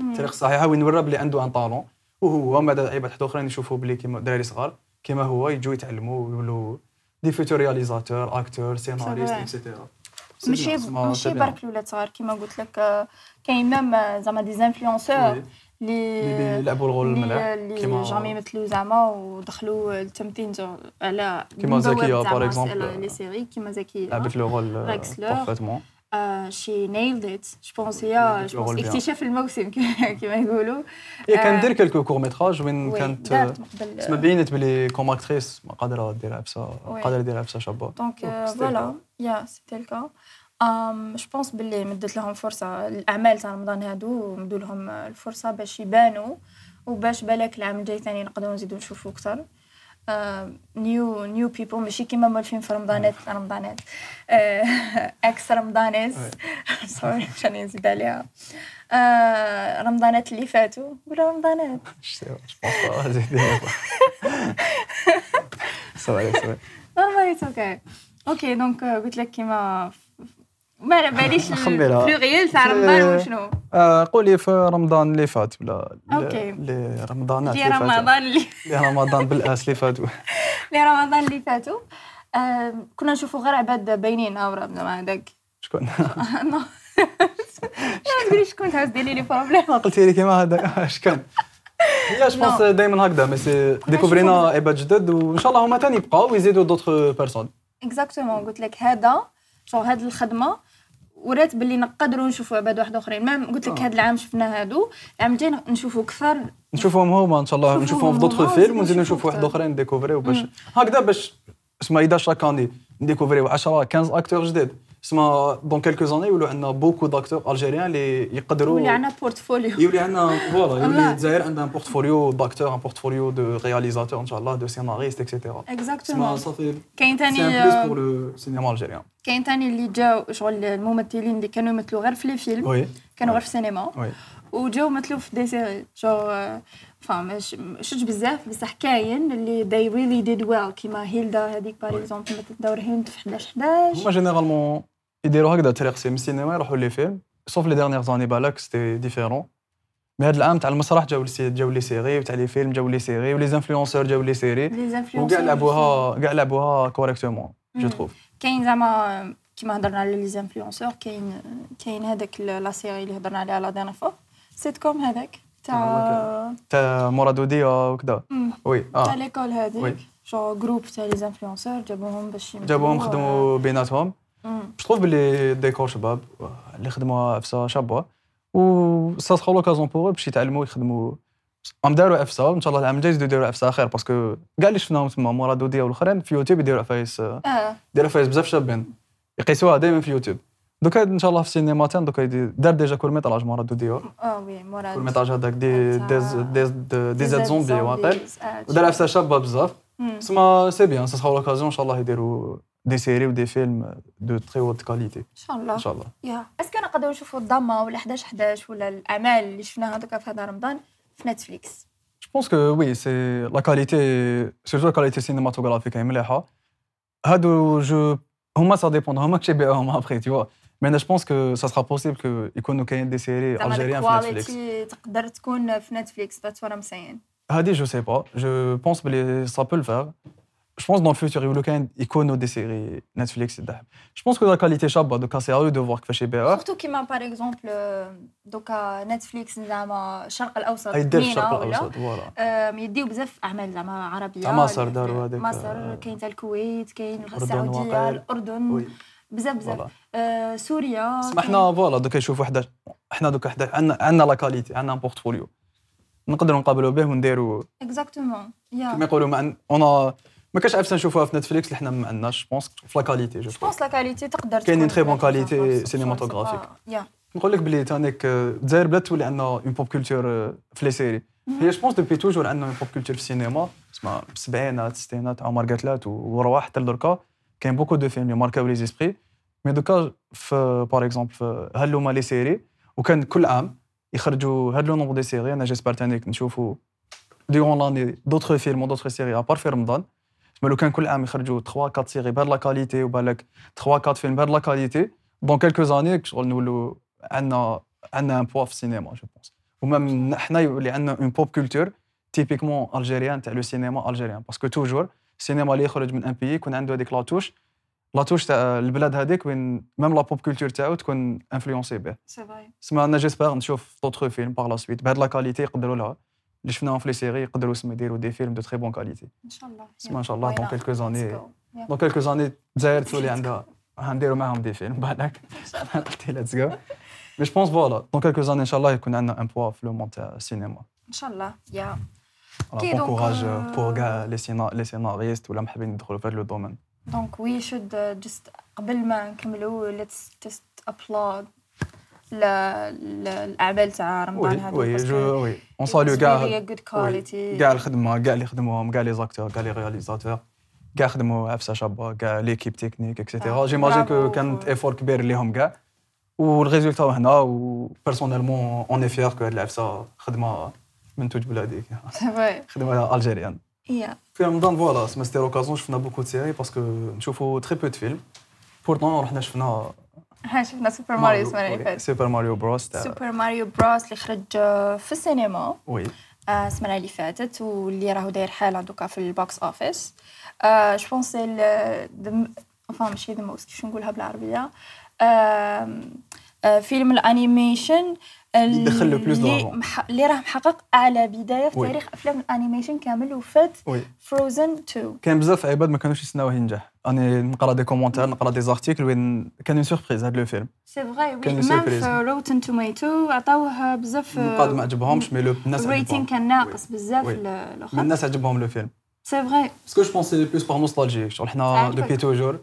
Speaker 2: الطريق الصحيحه وين ورا بلي عنده ان طالون وهو مع عباد حتى اخرين يشوفوا بلي كيما دراري صغار كيما هو يجوا يتعلموا ويولوا دي فيتور رياليزاتور اكتور سيناريست
Speaker 3: vrai.
Speaker 2: اكسيتيرا
Speaker 3: ماشي ماشي برك الولاد صغار كيما قلت لك آه، كاين ميم آه، زعما دي زانفلونسور
Speaker 2: وي. اللي
Speaker 3: لي
Speaker 2: يلعبوا الغول الملاح
Speaker 3: اللي
Speaker 2: كيما-
Speaker 3: جامي مثلو زعما ودخلوا التمثيل جو- على
Speaker 2: كيما
Speaker 3: من بواب
Speaker 2: زكية،
Speaker 3: زعما
Speaker 2: par exemple.
Speaker 3: على لي سيري كيما زكية
Speaker 2: لعبت لو غول
Speaker 3: Drexler.
Speaker 2: بارفيتمون
Speaker 3: آه، شي نيلد ات جو بونس هي
Speaker 2: Oui,
Speaker 3: جو بونس
Speaker 2: rôle bien.
Speaker 3: اكتشاف الموسم كيما يقولوا
Speaker 2: هي كان
Speaker 3: Euh,
Speaker 2: دير كيلكو كور ميتراج وين
Speaker 3: وي،
Speaker 2: كانت
Speaker 3: دارت
Speaker 2: آه، تسمى
Speaker 3: مقبل
Speaker 2: بينت بلي كوم اكتريس ما قادره دير عفسه
Speaker 3: وي.
Speaker 2: قادره دير عفسه شابه Donc,
Speaker 3: دونك
Speaker 2: c'était le
Speaker 3: فوالا
Speaker 2: cas.
Speaker 3: يا سيتي الكا جو بونس باللي مدت لهم فرصه الاعمال تاع رمضان هادو مدوا لهم الفرصه باش يبانوا وباش بالك العام الجاي ثاني نقدروا نزيدوا نشوفوا اكثر نيو نيو بيبل ماشي كيما مولفين في رمضانات رمضانات آه، اكس رمضانات سوري عشان نزيد عليها آه، رمضانات اللي فاتوا ولا رمضانات
Speaker 4: Je pense pas. j'ai des- ça va aller, ça va aller.
Speaker 3: نورمال اوكي اوكي دونك آه، قلت لك كيما ما على باليش
Speaker 4: نخملها.
Speaker 3: البلوريال تاع رمضان وشنو
Speaker 2: آه، قولي في رمضان اللي فات ولا
Speaker 3: أوكي.
Speaker 2: اللي رمضانات
Speaker 3: في
Speaker 2: اللي فاتوا
Speaker 3: رمضان اللي
Speaker 2: اللي رمضان بالاس اللي فاتوا
Speaker 3: اللي رمضان اللي فاتوا آه، كنا نشوفوا غير عباد باينين او رمضان هذاك
Speaker 2: شكون
Speaker 3: نو ما تقوليش شكون تعاود ديري لي بروبليم
Speaker 2: قلتي لي كيما هذا شكون هي جو بونس دائما هكذا مي سي ديكوفرينا
Speaker 3: شوفوا-
Speaker 2: عباد جدد وان شاء الله هما ثاني يبقاو ويزيدوا دوطخ بيرسون
Speaker 3: اكزاكتومون قلت لك هذا شو هاد الخدمه ورات باللي نقدروا نشوفوا عباد واحد اخرين مام قلت لك هاد العام شفنا هادو العام الجاي نشوفوا كثر
Speaker 2: نشوفوهم هما ان شاء الله
Speaker 3: نشوفوهم
Speaker 2: نشوفوهم في دوطخ
Speaker 3: هما
Speaker 2: فيلم
Speaker 3: ونزيدو
Speaker 2: ونزيدو
Speaker 3: نشوفو
Speaker 2: نشوفوا واحد
Speaker 3: حتى.
Speaker 2: اخرين ديكوفريو باش هكذا باش اسمها اذا شاك اني نديكوفريو 10 15 اكتور جداد اسمها دون كيلكو زوني يولوا عندنا بوكو داكتور الجيريان اللي يقدروا
Speaker 3: واللي عندنا بورتفوليو
Speaker 2: يولي عندنا فوالا يولي
Speaker 3: والله.
Speaker 2: الجزائر عندها ان بورتفوليو داكتور ان بورتفوليو دو رياليزاتور ان شاء الله دو سيناريست اكسيتيرا تسمى
Speaker 3: اكزاكتومون
Speaker 2: صافي
Speaker 3: كاين
Speaker 2: سي ان
Speaker 3: تاني
Speaker 2: بليس
Speaker 3: آه،
Speaker 2: بور لو سينما الجيريان
Speaker 3: كاين تاني اللي جاو شغل الممثلين اللي كانوا يمثلوا غير في لي فيلم
Speaker 2: وي
Speaker 3: كانوا غير في السينما
Speaker 2: وي
Speaker 3: وجاو مثلوا في دي سيري جو فا مش شفتش بزاف بصح كاين اللي they really did well كيما هيلدا هذيك باغ اكزومبل مثلت دور هند في 11 11
Speaker 2: هما جينيرالمون يديروا هكذا طريق سي من السينما يروحوا لي فيلم سوف لي ديرنيغ زاني بالك سيتي ديفيرون مي هذا العام تاع المسرح جاو السي- جاو لي سيري وتاع لي فيلم جاو لي سيري ولي زانفلونسور جاو لي سيري
Speaker 3: لي زانفلونسور
Speaker 2: وكاع لعبوها كاع لعبوها كوريكتومون جو
Speaker 3: مم.
Speaker 2: تروف
Speaker 3: كاين زعما كيما هضرنا على لي زانفلونسور كاين كاين هذاك ال- لا سيري اللي هضرنا عليها لا ديرنا فوا سيت كوم هذاك
Speaker 2: آه،
Speaker 3: تاع
Speaker 2: تاع مراد وديا وكذا
Speaker 3: مم.
Speaker 2: وي
Speaker 3: تاع
Speaker 2: اه
Speaker 3: ليكول
Speaker 2: وي.
Speaker 3: هذيك جو جروب تاع لي زانفلونسور جابوهم باش يمثلوا.
Speaker 2: جابوهم خدموا بيناتهم
Speaker 3: مم.
Speaker 2: جو تروف بلي ديكور شباب اللي خدموها افسا شابه و سا سخو لوكازون بوغ باش يتعلموا يخدموا هم داروا افسا ان شاء الله العام الجاي يزيدوا يديروا افسا خير باسكو كاع اللي شفناهم تما مراد وديا والاخرين في يوتيوب يديروا عفايس
Speaker 3: اه
Speaker 2: يديروا عفايس بزاف شابين يقيسوها دائما في يوتيوب دوكا ان شاء الله في السينما تان دوكا يدي- دار ديجا كور ميتراج مراد وديا
Speaker 3: اه وي مراد
Speaker 2: كور ميتراج هذاك دي
Speaker 3: تاع-
Speaker 2: ديز ديز ديز
Speaker 3: زاد
Speaker 2: زومبي واقيلا
Speaker 3: زومبيز. آه،
Speaker 2: ودار عفسه شابه بزاف
Speaker 3: مم.
Speaker 2: سما سي بيان سا سخو لوكازيون ان شاء الله يديروا دي سيري ودي فيلم دو تري هوت كاليتي
Speaker 3: ان شاء الله
Speaker 2: ان شاء الله
Speaker 3: يا اسكو نقدروا نشوفوا الضمه ولا 11 11 ولا الاعمال اللي شفناها دوكا في هذا رمضان في نتفليكس
Speaker 2: Je pense que oui, c'est la qualité, surtout la qualité cinématographique est مليحة. هادو je هما ça dépend هما كي يبيعوهم après tu vois. Mais je pense que ça sera possible que يكونوا كاين دي سيري
Speaker 3: زعما
Speaker 2: algériens في نتفليكس.
Speaker 3: الكواليتي تقدر تكون في نتفليكس ذاتس وات ام سين
Speaker 2: هادي je sais pas, je pense que ça peut le faire. Je pense dans le futur يولوا كاين يكونوا دي سيري Netflix يدعم. Je pense que la qualité شابة دوكا c'est à eux de voir كيفاش يبيعوها.
Speaker 3: سورتو كيما باغ اكزومبل دوكا نتفليكس زعما الشرق الاوسط
Speaker 2: يدير
Speaker 3: مينا
Speaker 2: الشرق
Speaker 3: ولا،
Speaker 2: الاوسط فوالا.
Speaker 3: آم، يديو بزاف اعمال زعما عربيه
Speaker 2: تاع مصر داروا هذاك، آه،
Speaker 3: مصر كاين تاع الكويت كاين
Speaker 2: الأردن
Speaker 3: السعوديه
Speaker 2: واقع.
Speaker 3: الاردن
Speaker 2: وي.
Speaker 3: بزاف
Speaker 2: فوالا.
Speaker 3: بزاف آه، سوريا
Speaker 2: سما
Speaker 3: كاين-
Speaker 2: احنا فوالا دوكا نشوفوا 11 احنا دوكا 11 عندنا عندنا لا كاليتي عندنا بورتفوليو نقدروا نقابلوا به ونديروا
Speaker 3: اكزاكتومون يا
Speaker 2: كما يقولوا ما عن... انا ما كاش عفسه نشوفوها في نتفليكس اللي حنا ما عندناش بونس في لا كاليتي جو
Speaker 3: جو بونس لا كاليتي تقدر
Speaker 2: كاين
Speaker 3: تكون
Speaker 2: une très bonne
Speaker 3: في نتفليكس.
Speaker 2: qualité
Speaker 3: سورتو،
Speaker 2: cinématographique.
Speaker 3: سورتو، يا
Speaker 2: نقول لك بلي تانيك آه، الجزائر بدات تولي عندنا اون بوب كولتور آه، في لي سيري هي جو بونس دوبي توجور عندنا اون بوب كولتور في السينما تسمى السبعينات الستينات عمر قتلات و- ورواح حتى لدركا كاين بوكو دو فيلم اللي ماركاو لي زيسبري مي دوكا في باغ اكزومبل في هلوما لي سيري وكان كل عام يخرجوا هاد لو نومبر دي سيري انا جيسبر تانيك نشوفوا ديغون لاني دوتر فيلم ودوتر سيري ابار في رمضان تسمى لو كان كل عام يخرجوا 3 4 سيري بهاد لا كاليتي وبالك 3 4 فيلم بهاد لا كاليتي دون كيلكو زاني شغل نولوا عندنا عندنا ان بوا في السينما جو بونس ومام حنا يولي عندنا اون بوب كولتور تيبيكمون الجيريان تاع لو سينما الجيريان باسكو توجور السينما اللي يخرج من ان بيي يكون عنده هذيك لاتوش لاتوش تاع البلاد هذيك وين ميم لا بوب كولتور تاعو تكون انفلونسي به
Speaker 3: سي فري
Speaker 2: سما انا جيسبر نشوف دوتر فيلم باغ لا سويت بهاد لا كاليتي يقدروا لها اللي شفناهم في لي سيري يقدروا سما يديروا دي فيلم دو تري بون كاليتي
Speaker 3: ان شاء الله
Speaker 2: سما ان شاء الله دون كيلكو زاني
Speaker 3: زاني
Speaker 2: دون كيلكو زاني الجزائر تولي عندها غنديروا معاهم دي فيلم بالك قلتي ليتس جو مي جو بونس فوالا دون كيلكو زاني ان شاء الله يكون عندنا ان بوا في لو مون تاع السينما
Speaker 3: ان شاء الله يا
Speaker 2: Alors,
Speaker 3: Ok,
Speaker 2: euh, bon
Speaker 3: donc,
Speaker 2: courage euh,
Speaker 3: euh,
Speaker 2: pour gars, les, scénar- les scénaristes ou l'amhabine de relever le domaine.
Speaker 3: دونك وي شود جست قبل ما نكملوا ليتس جست ابلود ل- ل- الاعمال تاع رمضان
Speaker 2: وي
Speaker 3: هذا
Speaker 2: وي جو وي اون
Speaker 3: صالو
Speaker 2: سالو كاع
Speaker 3: كاع
Speaker 2: كاع الخدمه كاع اللي خدموهم كاع لي زاكتور كاع لي رياليزاتور كاع خدموا عفسه شابه كاع ليكيب تكنيك اكسيتيرا
Speaker 3: آه،
Speaker 2: جيماجين كو
Speaker 3: برافو.
Speaker 2: كانت ايفور كبير ليهم كاع والريزولتا هنا وبيرسونيلمون اون اي فيير كو هاد العفسه خدمه منتوج بلادي خدمه الجيريان في رمضان فوالا سما سيتي لوكازون شفنا بوكو سيري باسكو نشوفوا تري بو دو فيلم بورتون رحنا شفنا
Speaker 3: ها شفنا سوبر ماريو السنه اللي
Speaker 2: وي،
Speaker 3: فاتت
Speaker 2: سوبر ماريو بروس تاع
Speaker 3: سوبر ماريو بروس اللي خرج آه، في السينما
Speaker 2: وي
Speaker 3: آه، السمانه اللي فاتت واللي راهو داير حاله دوكا في البوكس اوفيس آه، جو بونس سي ال- دم- enfin ماشي ذا موست كيفاش نقولها بالعربيه آم، آه، فيلم الانيميشن
Speaker 2: اللي دخل le plus
Speaker 3: اللي
Speaker 2: d'argent.
Speaker 3: مح- اللي راه محقق اعلى بدايه في
Speaker 2: وي.
Speaker 3: تاريخ افلام الانيميشن كامل وفات
Speaker 2: وي
Speaker 3: فروزن 2
Speaker 2: كاين بزاف عباد ما كانوش يستناوه ينجح اني نقرا دي كومونتير نقرا دي زارتيكل وين كان اون سوربريز هذا لو فيلم
Speaker 3: سي فغي
Speaker 2: كان
Speaker 3: وي ميم
Speaker 2: surprise.
Speaker 3: في روتن توميتو عطاوه بزاف
Speaker 2: قد ما عجبهمش مي لو الناس
Speaker 3: الريتين
Speaker 2: عجبهم
Speaker 3: كان ناقص بزاف
Speaker 2: وي.
Speaker 3: ال-
Speaker 2: مي
Speaker 3: الاخر
Speaker 2: الناس عجبهم لو فيلم
Speaker 3: سي فغي
Speaker 2: باسكو جو بونسي بلوس باغ نوستالجي شغل حنا
Speaker 3: عجبك.
Speaker 2: دوبي توجور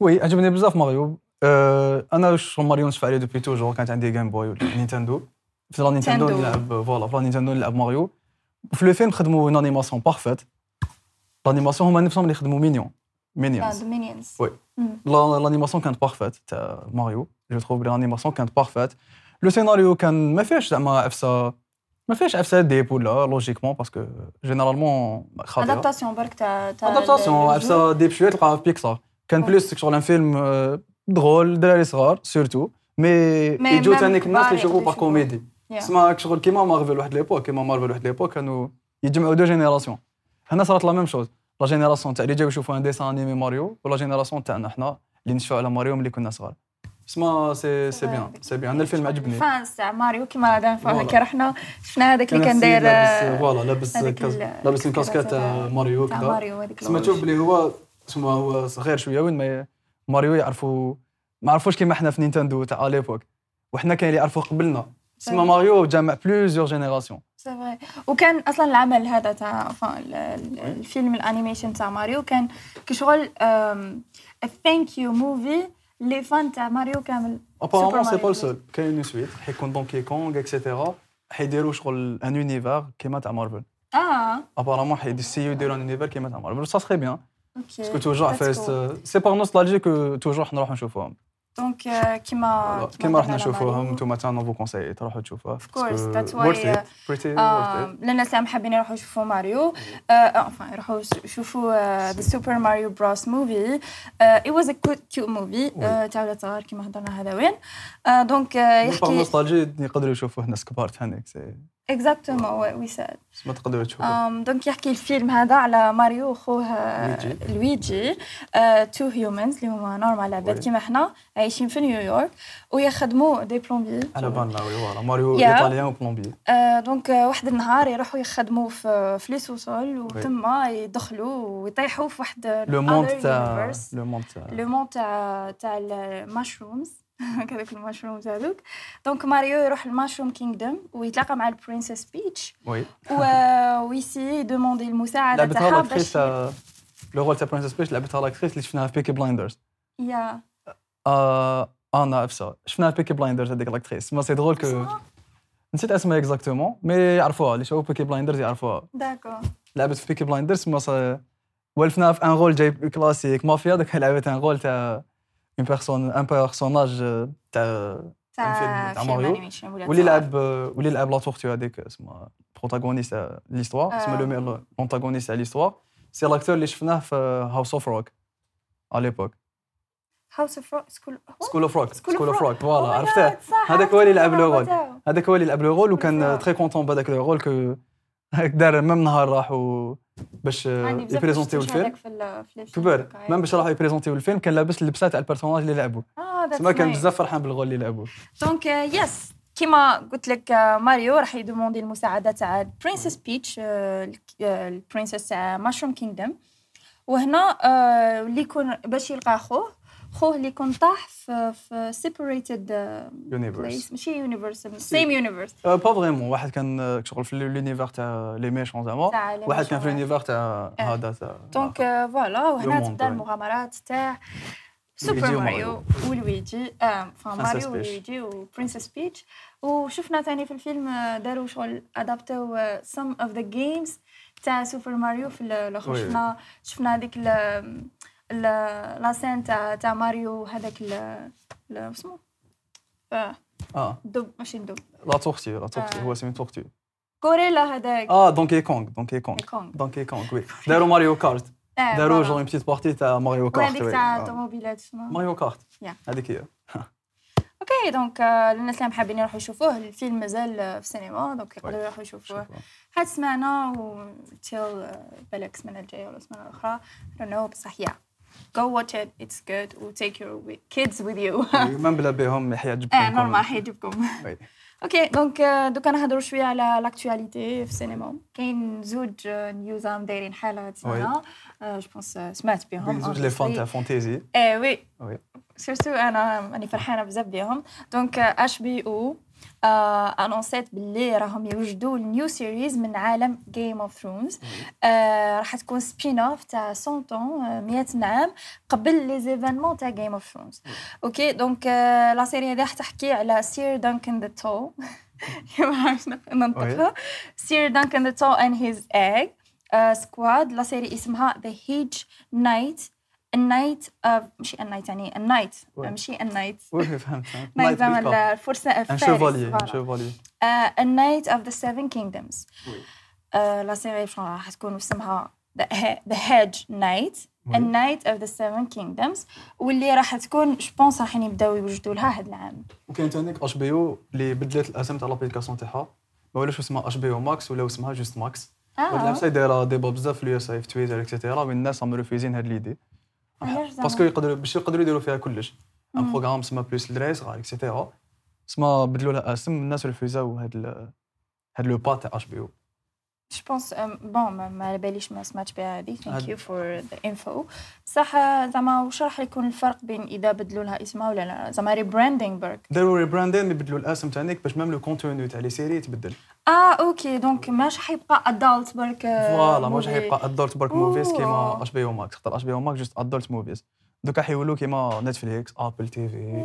Speaker 2: وي عجبني بزاف ماريو أه، انا شغل ماريو نشوف عليه دوبي توجور كانت عندي جيم بوي ولا نينتندو في لا نينتندو
Speaker 3: نينتندو.
Speaker 2: نلعب فوالا في لا نينتندو نلعب ماريو وفي لو فيلم خدموا اون انيماسيون بارفيت لانيماسيون هما نفسهم اللي خدموا مينيون
Speaker 3: آه،
Speaker 2: مينيونز
Speaker 3: دومينيونز
Speaker 2: وي. لا- l'animation كانت بارفات تاع ماريو جو تروف بلي l'animation كانت بارفات لو سيناريو كان ما فيهش زعما عفسه ما فيهش عفسه ديب ولا لوجيكمون باسكو جينيرالمون خاطئه
Speaker 3: ادابتاسيون برك تاع تاع
Speaker 2: ادابتاسيون
Speaker 3: ال-
Speaker 2: عفسه ديب شويه تلقاها في بيكسار كان
Speaker 3: وي.
Speaker 2: بلوس شغل ان فيلم آه، درول دراري صغار سورتو مي
Speaker 3: مي
Speaker 2: يجو
Speaker 3: ميم
Speaker 2: تانيك الناس
Speaker 3: كبار
Speaker 2: اللي يشوفوا
Speaker 3: يقدروا
Speaker 2: باغ كوميدي
Speaker 3: Yeah.
Speaker 2: سما شغل كيما مارفل واحد ليبوك كيما مارفل واحد ليبوك كانوا يجمعوا دو جينيراسيون هنا صارت لا ميم شوز لا جينيراسيون تاع اللي جاو يشوفوا ان ديسان انيمي ماريو ولا جينيراسيون تاعنا حنا اللي نشفوا على ماريو ملي كنا صغار سما سي سي بيان سي بيان انا الفيلم عجبني
Speaker 3: فانس تاع ماريو كيما لا دام فوا
Speaker 2: فوالا.
Speaker 3: هكا رحنا شفنا هذاك اللي كان
Speaker 2: السيد
Speaker 3: داير
Speaker 2: لابس
Speaker 3: آه،
Speaker 2: فوالا لابس
Speaker 3: هذاك
Speaker 2: كاس-
Speaker 3: ال-
Speaker 2: لابس الكاسكات تاع
Speaker 3: تاع-
Speaker 2: ماريو
Speaker 3: تاع
Speaker 2: كذا
Speaker 3: ماريو هذيك
Speaker 2: تسمى تشوف بلي هو تسمى هو صغير شويه وين ما ماريو يعرفوا ما عرفوش كيما حنا في نينتندو تاع ليبوك وحنا كاين اللي يعرفوا قبلنا تسمى
Speaker 3: صحيح.
Speaker 2: ماريو جمع بلوزيور جينيراسيون
Speaker 3: سي فري وكان اصلا العمل هذا تاع enfin ال- ال- الفيلم الانيميشن تاع ماريو كان كشغل ثانك يو موفي لي فان تاع ماريو كامل
Speaker 2: ابارامون سي
Speaker 3: Mario
Speaker 2: با
Speaker 3: Bros.
Speaker 2: سول كاين اون سويت حيكون دونكي كونغ اكسيتيرا حيديروا شغل ان اونيفير كيما تاع مارفل
Speaker 3: اه
Speaker 2: ابارامون حيسيو يديروا ان اونيفير كيما تاع مارفل سا سخي بيان باسكو
Speaker 3: اوكي
Speaker 2: توجور
Speaker 3: That's
Speaker 2: فاست
Speaker 3: cool.
Speaker 2: سي باغ نوستالجي كو توجور حنروح نشوفوهم
Speaker 3: دونك آه، كيما
Speaker 2: كيما رحنا
Speaker 3: قلنا
Speaker 2: نشوفوهم
Speaker 3: ماريو.
Speaker 2: نتوما تاع نوفو كونساي تروحوا تشوفوه
Speaker 3: Of course,
Speaker 2: باسكو
Speaker 3: that's why,
Speaker 2: worth it
Speaker 3: uh,
Speaker 2: pretty worth it
Speaker 3: آه، للناس اللي عم حابين يروحوا يشوفوا ماريو آه، آه، enfin يروحوا يس- يشوفوا آه، ذا سوبر ماريو بروس موفي آه، it was a cute cute movie آه، تاع ولاد صغار كيما هضرنا هذا وين آه، دونك آه،
Speaker 2: يحكي
Speaker 3: يحكي
Speaker 2: نوستالجي يقدروا يشوفوه ناس كبار تهنيك سي
Speaker 3: اكزاكتومون وات وي سيد
Speaker 2: ما تقدروا تشوفوه
Speaker 3: أم، دونك Um, يحكي الفيلم هذا على ماريو وخوه آه،
Speaker 2: لويجي.
Speaker 3: لويجي تو هيومنز اللي هما نورمال عباد
Speaker 2: وي.
Speaker 3: كيما حنا عايشين في نيويورك ويخدموا دي بلومبي
Speaker 2: على بالنا وي فوالا ماريو
Speaker 3: Yeah.
Speaker 2: ايطاليان وبلومبي
Speaker 3: آه، دونك آه، واحد النهار يروحوا يخدموا في في لي سوسول وتما يدخلوا ويطيحوا في واحد آه،
Speaker 2: لو موند تاع لو موند تاع
Speaker 3: لو مون تاع تاع الماشرومز هذاك الماشرومز هذوك دونك ماريو يروح للماشروم كينغدوم ويتلاقى مع البرنسس بيتش
Speaker 2: وي
Speaker 3: ويسي دوموندي المساعده
Speaker 2: لعبتها
Speaker 3: تاعها باش
Speaker 2: لاكتريس آه، لو رول تاع برنسس بيش لعبتها لاكتريس اللي شفناها في بيكي بلايندرز
Speaker 3: يا
Speaker 2: آه، انا افسا شفناها في بيكي بلايندرز هذيك لاكتريس ما سي درول كو نسيت اسمها اكزاكتومون مي يعرفوها اللي شافوا بيكي بلايندرز يعرفوها
Speaker 3: داكو
Speaker 2: لعبت في بيكي بلايندرز ما صا- والفناها في ان رول جاي كلاسيك مافيا دوك لعبت ان رول تاع اون بيرسون ان بيرسوناج آه، تاع فيلم
Speaker 3: تاع
Speaker 2: تاع
Speaker 3: فيلم
Speaker 2: ماريو.
Speaker 3: animation ولا
Speaker 2: واللي
Speaker 3: تاع-
Speaker 2: لعب واللي لعب لا تورتو هذيك اسمها بروتاغونيست تاع ليستوار
Speaker 3: آه.
Speaker 2: اسمها لو لونتاغونيست تاع ليستوار سي لاكتور اللي شفناه في هاوس اوف روك على ليبوك
Speaker 3: House of Rock School
Speaker 2: سكول اوف روك
Speaker 3: Oh, School of
Speaker 2: سكول اوف
Speaker 3: Rock.
Speaker 2: روك فوالا
Speaker 3: Oh my
Speaker 2: عرفته
Speaker 3: God، صح،
Speaker 2: هذاك
Speaker 3: عرفت
Speaker 2: هو اللي لعب
Speaker 3: الصراحة
Speaker 2: لو رول
Speaker 3: تاعو.
Speaker 2: هذاك هو اللي لعب لو رول
Speaker 3: Rock.
Speaker 2: وكان تري كونتون بهذاك لو رول كو هاك دار ميم نهار راحوا باش
Speaker 3: عندي يعني بزاف
Speaker 2: يبريزونتيو
Speaker 3: مشتوش
Speaker 2: الفيلم
Speaker 3: هذاك في ال- في الفيلم
Speaker 2: كبر
Speaker 3: هذاك،
Speaker 2: ميم باش راحوا يبريزونتيو الفيلم كان لابس اللبسه تاع البيرسوناج اللي لعبوا
Speaker 3: اه
Speaker 2: تما كان
Speaker 3: that's nice.
Speaker 2: بزاف فرحان بالغول اللي لعبوه
Speaker 3: دونك آه، يس كيما قلت لك آه، ماريو راح يدوموندي المساعده تاع البرنسس بيتش آه، الك- آه، البرنسس تاع ماشروم كينغدم وهنا آه، اللي يكون باش يلقى خوه خوه اللي يكون طاح في في سيبريتد
Speaker 2: يونيفرس
Speaker 3: بليس ماشي يونيفرس سيم يونيفرس
Speaker 2: با فريمون Euh, واحد كان آه، شغل في لونيفير تاع لي ميشون زعما
Speaker 3: تاع لي
Speaker 2: واحد كان
Speaker 3: méchants.
Speaker 2: في لونيفير تاع هذا تاع
Speaker 3: دونك آه، فوالا وهنا
Speaker 2: monde,
Speaker 3: تبدا
Speaker 2: ouais.
Speaker 3: المغامرات تاع سوبر
Speaker 2: وماريو.
Speaker 3: ماريو ولويجي آه،
Speaker 2: Princess
Speaker 3: enfin ماريو
Speaker 2: Peach.
Speaker 3: ولويجي وبرنسس بيتش وشفنا تاني في الفيلم آه، داروا شغل ادابتو سم اوف ذا جيمز تاع سوبر ماريو في الاخر
Speaker 4: Oui.
Speaker 3: شفنا شفنا هذيك لا سين تاع تاع ماريو هذاك ال- ال- اسمه آه،
Speaker 2: اه
Speaker 3: الدب ماشي الدب
Speaker 2: لا تورتي لا تورتي
Speaker 3: آه.
Speaker 2: هو سمي تورتي
Speaker 3: كوريلا هذاك
Speaker 2: اه دونكي كونغ دونكي كونغ
Speaker 3: كونغ
Speaker 2: دونكي كونغ وي داروا ماريو كارت
Speaker 3: آه،
Speaker 2: داروا
Speaker 3: voilà.
Speaker 2: جون اون بتيت بارتي تاع ماريو كارت
Speaker 3: وهذيك
Speaker 2: وي.
Speaker 3: تاع
Speaker 2: آه.
Speaker 3: الطوموبيلات اسمها
Speaker 2: ماريو كارت
Speaker 3: Yeah.
Speaker 2: هذيك هي
Speaker 3: اوكي دونك آه، للناس اللي حابين يروحوا يشوفوه الفيلم مازال آه، في السينما دونك يقدروا يروحوا يشوفوه
Speaker 2: شوفوا.
Speaker 3: هاد سمعنا و till euh, بالك السمانه الجايه ولا السمانه الاخرى I don't know بصح يا go watch it it's good و take your wi- kids with you
Speaker 2: من بلا بهم حيعجبكم
Speaker 3: اه نورمال حيجيبكم
Speaker 2: وي.
Speaker 3: اوكي دونك آه، دوكا نهضروا شويه على لاكتواليتي في السينما كاين زوج آه، نيوز عم دايرين حاله هاد السنه جو بونس سمعت بهم
Speaker 2: زوج لي فان تاع فانتيزي
Speaker 3: ايه وي
Speaker 2: وي.
Speaker 3: سيرتو انا ماني فرحانه بزاف بيهم euh, دونك اش بي او انونسيت euh, باللي راهم يوجدوا نيو سيريز من عالم جيم اوف ثرونز Euh, راح تكون سبين اوف تاع 100 طون 100 عام euh, نعم، قبل لي زيفينمون تاع جيم اوف ثرونز اوكي دونك آه، لا سيري هذه راح تحكي على سير دانكن ذا تو ما عرفتش ننطقها سير دانكن ذا تو اند هيز ايج euh, سكواد لا سيري اسمها ذا هيج نايت النايت ماشي النايت يعني النايت
Speaker 2: Ouais.
Speaker 3: ماشي النايت
Speaker 2: وي فهمت فهمت
Speaker 3: نايت
Speaker 2: Night Witch
Speaker 3: زعما الفرسان
Speaker 2: ان
Speaker 3: الفارس
Speaker 2: شيفالي ان
Speaker 3: voilà.
Speaker 2: شيفالي
Speaker 3: آه، A Night of the Seven Kingdoms آه، لا سيري شغل راح تكون اسمها The He- The Hedge Knight A Night of the Seven Kingdoms واللي راح تكون جوبونس راح يبداو يوجدوا لها هاد العام
Speaker 2: وكاين تانيك اش بي او اللي بدلت الاسم تاع لابليكاسيون تاعها ما ولاش اسمها اش بي او ماكس ولا اسمها جوست ماكس هاد
Speaker 3: اه
Speaker 2: العفسه دايره ديبا بزاف في اليو اس اي في تويتر اكسيتيرا وين الناس راهم ريفيزين هاد ليدي Ah,
Speaker 3: علاش زعما؟
Speaker 2: باسكو يقدروا باش يقدروا يديروا فيها كلش ان بروغرام سما بلوس الدراري صغار اكسيتيرا سما بدلوا لها اسم الناس ريفيزاو هاد ال- هاد لو با تاع اش بي او
Speaker 3: جوبونس بون euh, ما- ما على باليش ما سمعتش بها هذه ثانك
Speaker 2: هاد-
Speaker 3: يو فور ذا انفو بصح آه، زعما واش راح يكون الفرق بين اذا بدلوا لها اسمها ولا لا زعما ريبراندينغ برك
Speaker 2: داروا ريبراندين بدلوا الاسم تاعك باش ميم لو كونتوني تاع لي سيري يتبدل
Speaker 3: اه اوكي دونك ماش راح يبقى ادالت برك
Speaker 2: فوالا ماش حيبقى ادولت برك موفيز كيما
Speaker 3: أوه.
Speaker 2: اش بي او ماكس خاطر اش بي او ماكس جوست ادولت موفيز دوكا حيولوا كيما نتفليكس ابل تي في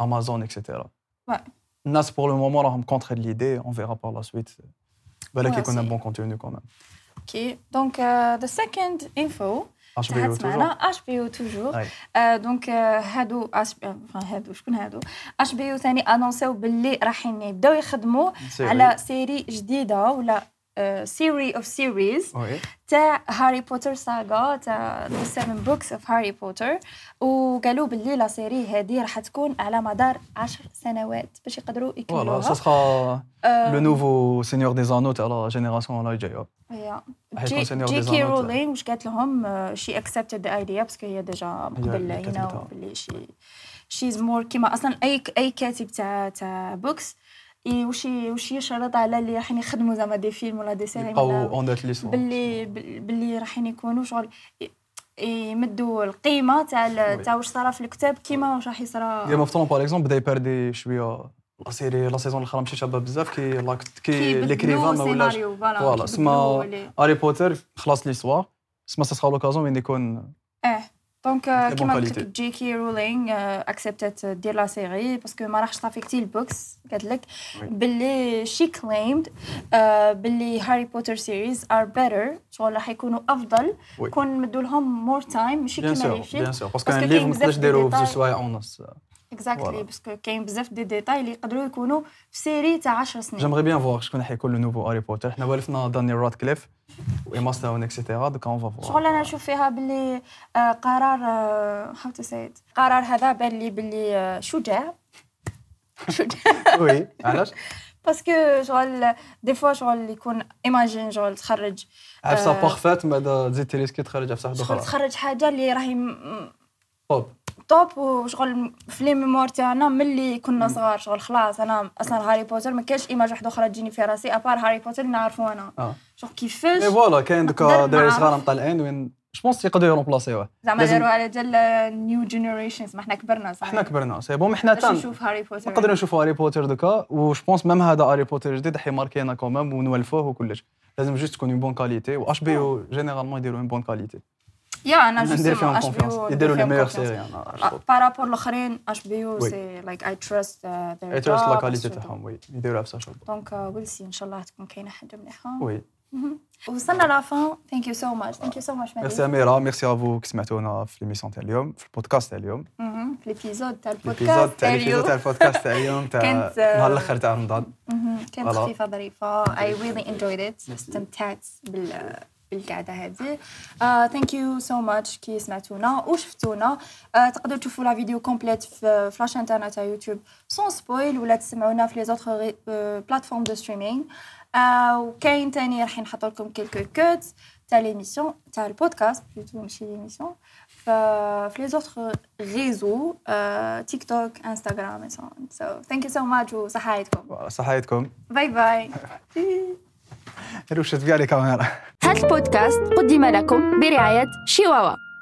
Speaker 3: euh,
Speaker 2: امازون اكسيتيرا
Speaker 3: Ouais.
Speaker 2: الناس بور لو مومون راهم كونتر ليدي اون فيرا بار لا سويت بالك
Speaker 3: Ouais,
Speaker 2: يكون ان
Speaker 3: c'est-
Speaker 2: بون كونتوني كومام
Speaker 3: اوكي دونك ذا سكند انفو
Speaker 2: اش بي او
Speaker 3: تحدث معنا
Speaker 2: توجور
Speaker 3: اش بي او توجور
Speaker 2: أي.
Speaker 3: آه، دونك آه، هادو اش هادو شكون هادو اش بي او ثاني انونسيو باللي رايحين يبداو يخدموا على سيري جديده ولا euh, سيري اوف سيريز
Speaker 2: وي
Speaker 3: تاع هاري بوتر ساغا تاع ذا سيفن بوكس اوف هاري بوتر وقالوا باللي لا سيري هذه راح تكون على مدار عشر سنوات باش يقدروا
Speaker 2: فوالا
Speaker 3: يكملوها
Speaker 2: سا سخا
Speaker 3: آه،
Speaker 2: لو نوفو سينيور دي زانو تاع لا جينيراسيون لا جايه
Speaker 3: هي
Speaker 2: راح
Speaker 3: جي
Speaker 2: يكون senior
Speaker 3: جي
Speaker 2: designer
Speaker 3: كي
Speaker 2: تاع-
Speaker 3: رولينغ واش قالت لهم شي اكسبتد ذا ايديا باسكو هي ديجا قبل
Speaker 2: اللي كتبتها.
Speaker 3: هنا باللي شي شيز مور كيما اصلا اي اي كاتب تاع تاع بوكس واش واش يشرط على اللي راح يخدموا زعما دي فيلم ولا دي سيري
Speaker 2: يبقاو اون دات ليست
Speaker 3: باللي بال- باللي رايحين يكونوا شغل ي- يمدوا القيمه تاع ال-
Speaker 2: وي.
Speaker 3: تاع واش صرا في الكتاب كيما واش راح يصرى
Speaker 2: جيم اوف ثرون باغ اكزومبل بدا يباردي شويه لا سيري لا سيزون الاخرى ماشي شابه بزاف كي لا كي
Speaker 3: كيبدلوا
Speaker 2: ليكريفان ما ولاش
Speaker 3: سيناريو، فوالا،
Speaker 2: فوالا
Speaker 3: كيبدلوا
Speaker 2: سما
Speaker 3: لي-
Speaker 2: هاري بوتر خلاص ليستوار سما سا سخا لوكازيون وين يكون
Speaker 3: اه دونك
Speaker 2: très
Speaker 3: كيما
Speaker 2: bonne
Speaker 3: قلت لك
Speaker 2: qualité.
Speaker 3: جي كي رولينغ اكسبتت دير لا سيري باسكو ما راحش تافيكتي البوكس قالت لك
Speaker 2: وي.
Speaker 3: باللي شي كليمد باللي هاري بوتر سيريز ار بيتر شغل راح يكونوا افضل
Speaker 2: وي.
Speaker 3: كون مدوا لهم مور تايم ماشي
Speaker 2: بيان
Speaker 3: كيما
Speaker 2: سور
Speaker 3: لي فيلم
Speaker 2: بيان سور
Speaker 3: Parce
Speaker 2: باسكو
Speaker 3: que
Speaker 2: ان ليف
Speaker 3: كاين
Speaker 2: ما
Speaker 3: بزاف
Speaker 2: تقدرش ديرو
Speaker 3: دي
Speaker 2: في
Speaker 3: détails.
Speaker 2: زوج سوايع ونص
Speaker 3: اكزاكتلي
Speaker 2: Voilà.
Speaker 3: باسكو كاين بزاف دي ديتاي اللي يقدروا يكونوا في سيري تاع 10 سنين
Speaker 2: جيمري بيان فوار شكون حيكون لو نوفو هاري بوتر حنا والفنا دانيال راتكليف وايما ستون اكسيتيرا دوكا اون فوا
Speaker 3: شغل
Speaker 2: فوار
Speaker 3: انا نشوف فيها باللي آه، قرار آه، هاو تو سيد قرار هذا بان لي باللي آه، شجاع شجاع
Speaker 2: وي علاش
Speaker 3: باسكو شغل دي فوا شغل يكون ايماجين شغل تخرج
Speaker 2: عفسه
Speaker 3: آه.
Speaker 2: بارفات بعد تزيد تيريسكي تخرج عفسه واحده
Speaker 3: شغل
Speaker 2: اخرى
Speaker 3: تخرج حاجه اللي راهي م-
Speaker 2: طوب
Speaker 3: توب وشغل في لي ميموار تاعنا ملي كنا صغار شغل خلاص انا اصلا هاري بوتر ما كاش ايماج واحده اخرى تجيني في راسي ابار هاري بوتر اللي نعرفو انا
Speaker 2: اه
Speaker 3: شغل كيفاش
Speaker 2: اي فوالا كاين دوكا
Speaker 3: نقدر
Speaker 2: دراري
Speaker 3: نعرف.
Speaker 2: صغار مطلعين وين جوبونس يقدروا يرومبلاسيوه
Speaker 3: زعما
Speaker 2: لازم-
Speaker 3: داروا على جال نيو جينيريشن ما حنا كبرنا صح
Speaker 2: حنا كبرنا سي بون حنا
Speaker 3: باش
Speaker 2: تان
Speaker 3: نشوف هاري بوتر
Speaker 2: نقدروا نشوفوا هاري بوتر دوكا وش بونس ميم هذا هاري بوتر جديد حيماركينا كومام ونولفوه وكلش لازم جوست تكون اون بون كاليتي واش بي او جينيرالمون يديروا اون بون كاليتي
Speaker 3: يا انا
Speaker 2: ندير فيهم
Speaker 3: جوستومون
Speaker 2: كونفيونس
Speaker 3: HBO
Speaker 2: يديروا لي
Speaker 3: فيهم
Speaker 2: ميور
Speaker 3: confiance.
Speaker 2: سيري انا
Speaker 3: آه، بارابور الاخرين اش بي او
Speaker 2: وي.
Speaker 3: سي لايك اي تراست ذير
Speaker 2: اي تراست لا كاليتي تاعهم وي يديروها بصح شوبه
Speaker 3: دونك ويل سي ان شاء الله تكون كاينه حاجه مليحه
Speaker 2: وي
Speaker 3: وصلنا لافان ثانك يو سو ماتش ثانك يو سو ماتش
Speaker 2: ميرسي اميره ميرسي افو كي سمعتونا في ليميسيون تاع اليوم في البودكاست تاع اليوم
Speaker 3: في الابيزود تاع
Speaker 2: الابيزود
Speaker 3: البودكاست
Speaker 2: تاع
Speaker 3: تاع
Speaker 2: الابيزود تاع البودكاست تاع اليوم تاع
Speaker 3: كانت-
Speaker 2: نهار الاخر تاع رمضان
Speaker 3: مهم. كانت
Speaker 2: Voilà.
Speaker 3: خفيفة ظريفة I really enjoyed it استمتعت بال بالقعدة هذه آه، Uh, thank you so much كي سمعتونا وشفتونا آه، تقدروا تشوفوا لا فيديو كومبليت في فلاش انترنا تاع يوتيوب سون سبويل ولا تسمعونا في لي زوتر بلاتفورم دو ستريمينغ وكاين تاني راح نحط لكم كيلكو كوت تاع ليميسيون تاع البودكاست بلوتو ماشي ليميسيون ف- في لي زوتر ريزو آه، تيك توك انستغرام and so on. so thank you so much وصحة عليكم
Speaker 2: صحايتكم
Speaker 3: باي باي
Speaker 2: روشت كاع لي كاميرا
Speaker 1: هذا البودكاست قدم لكم برعاية شيواوا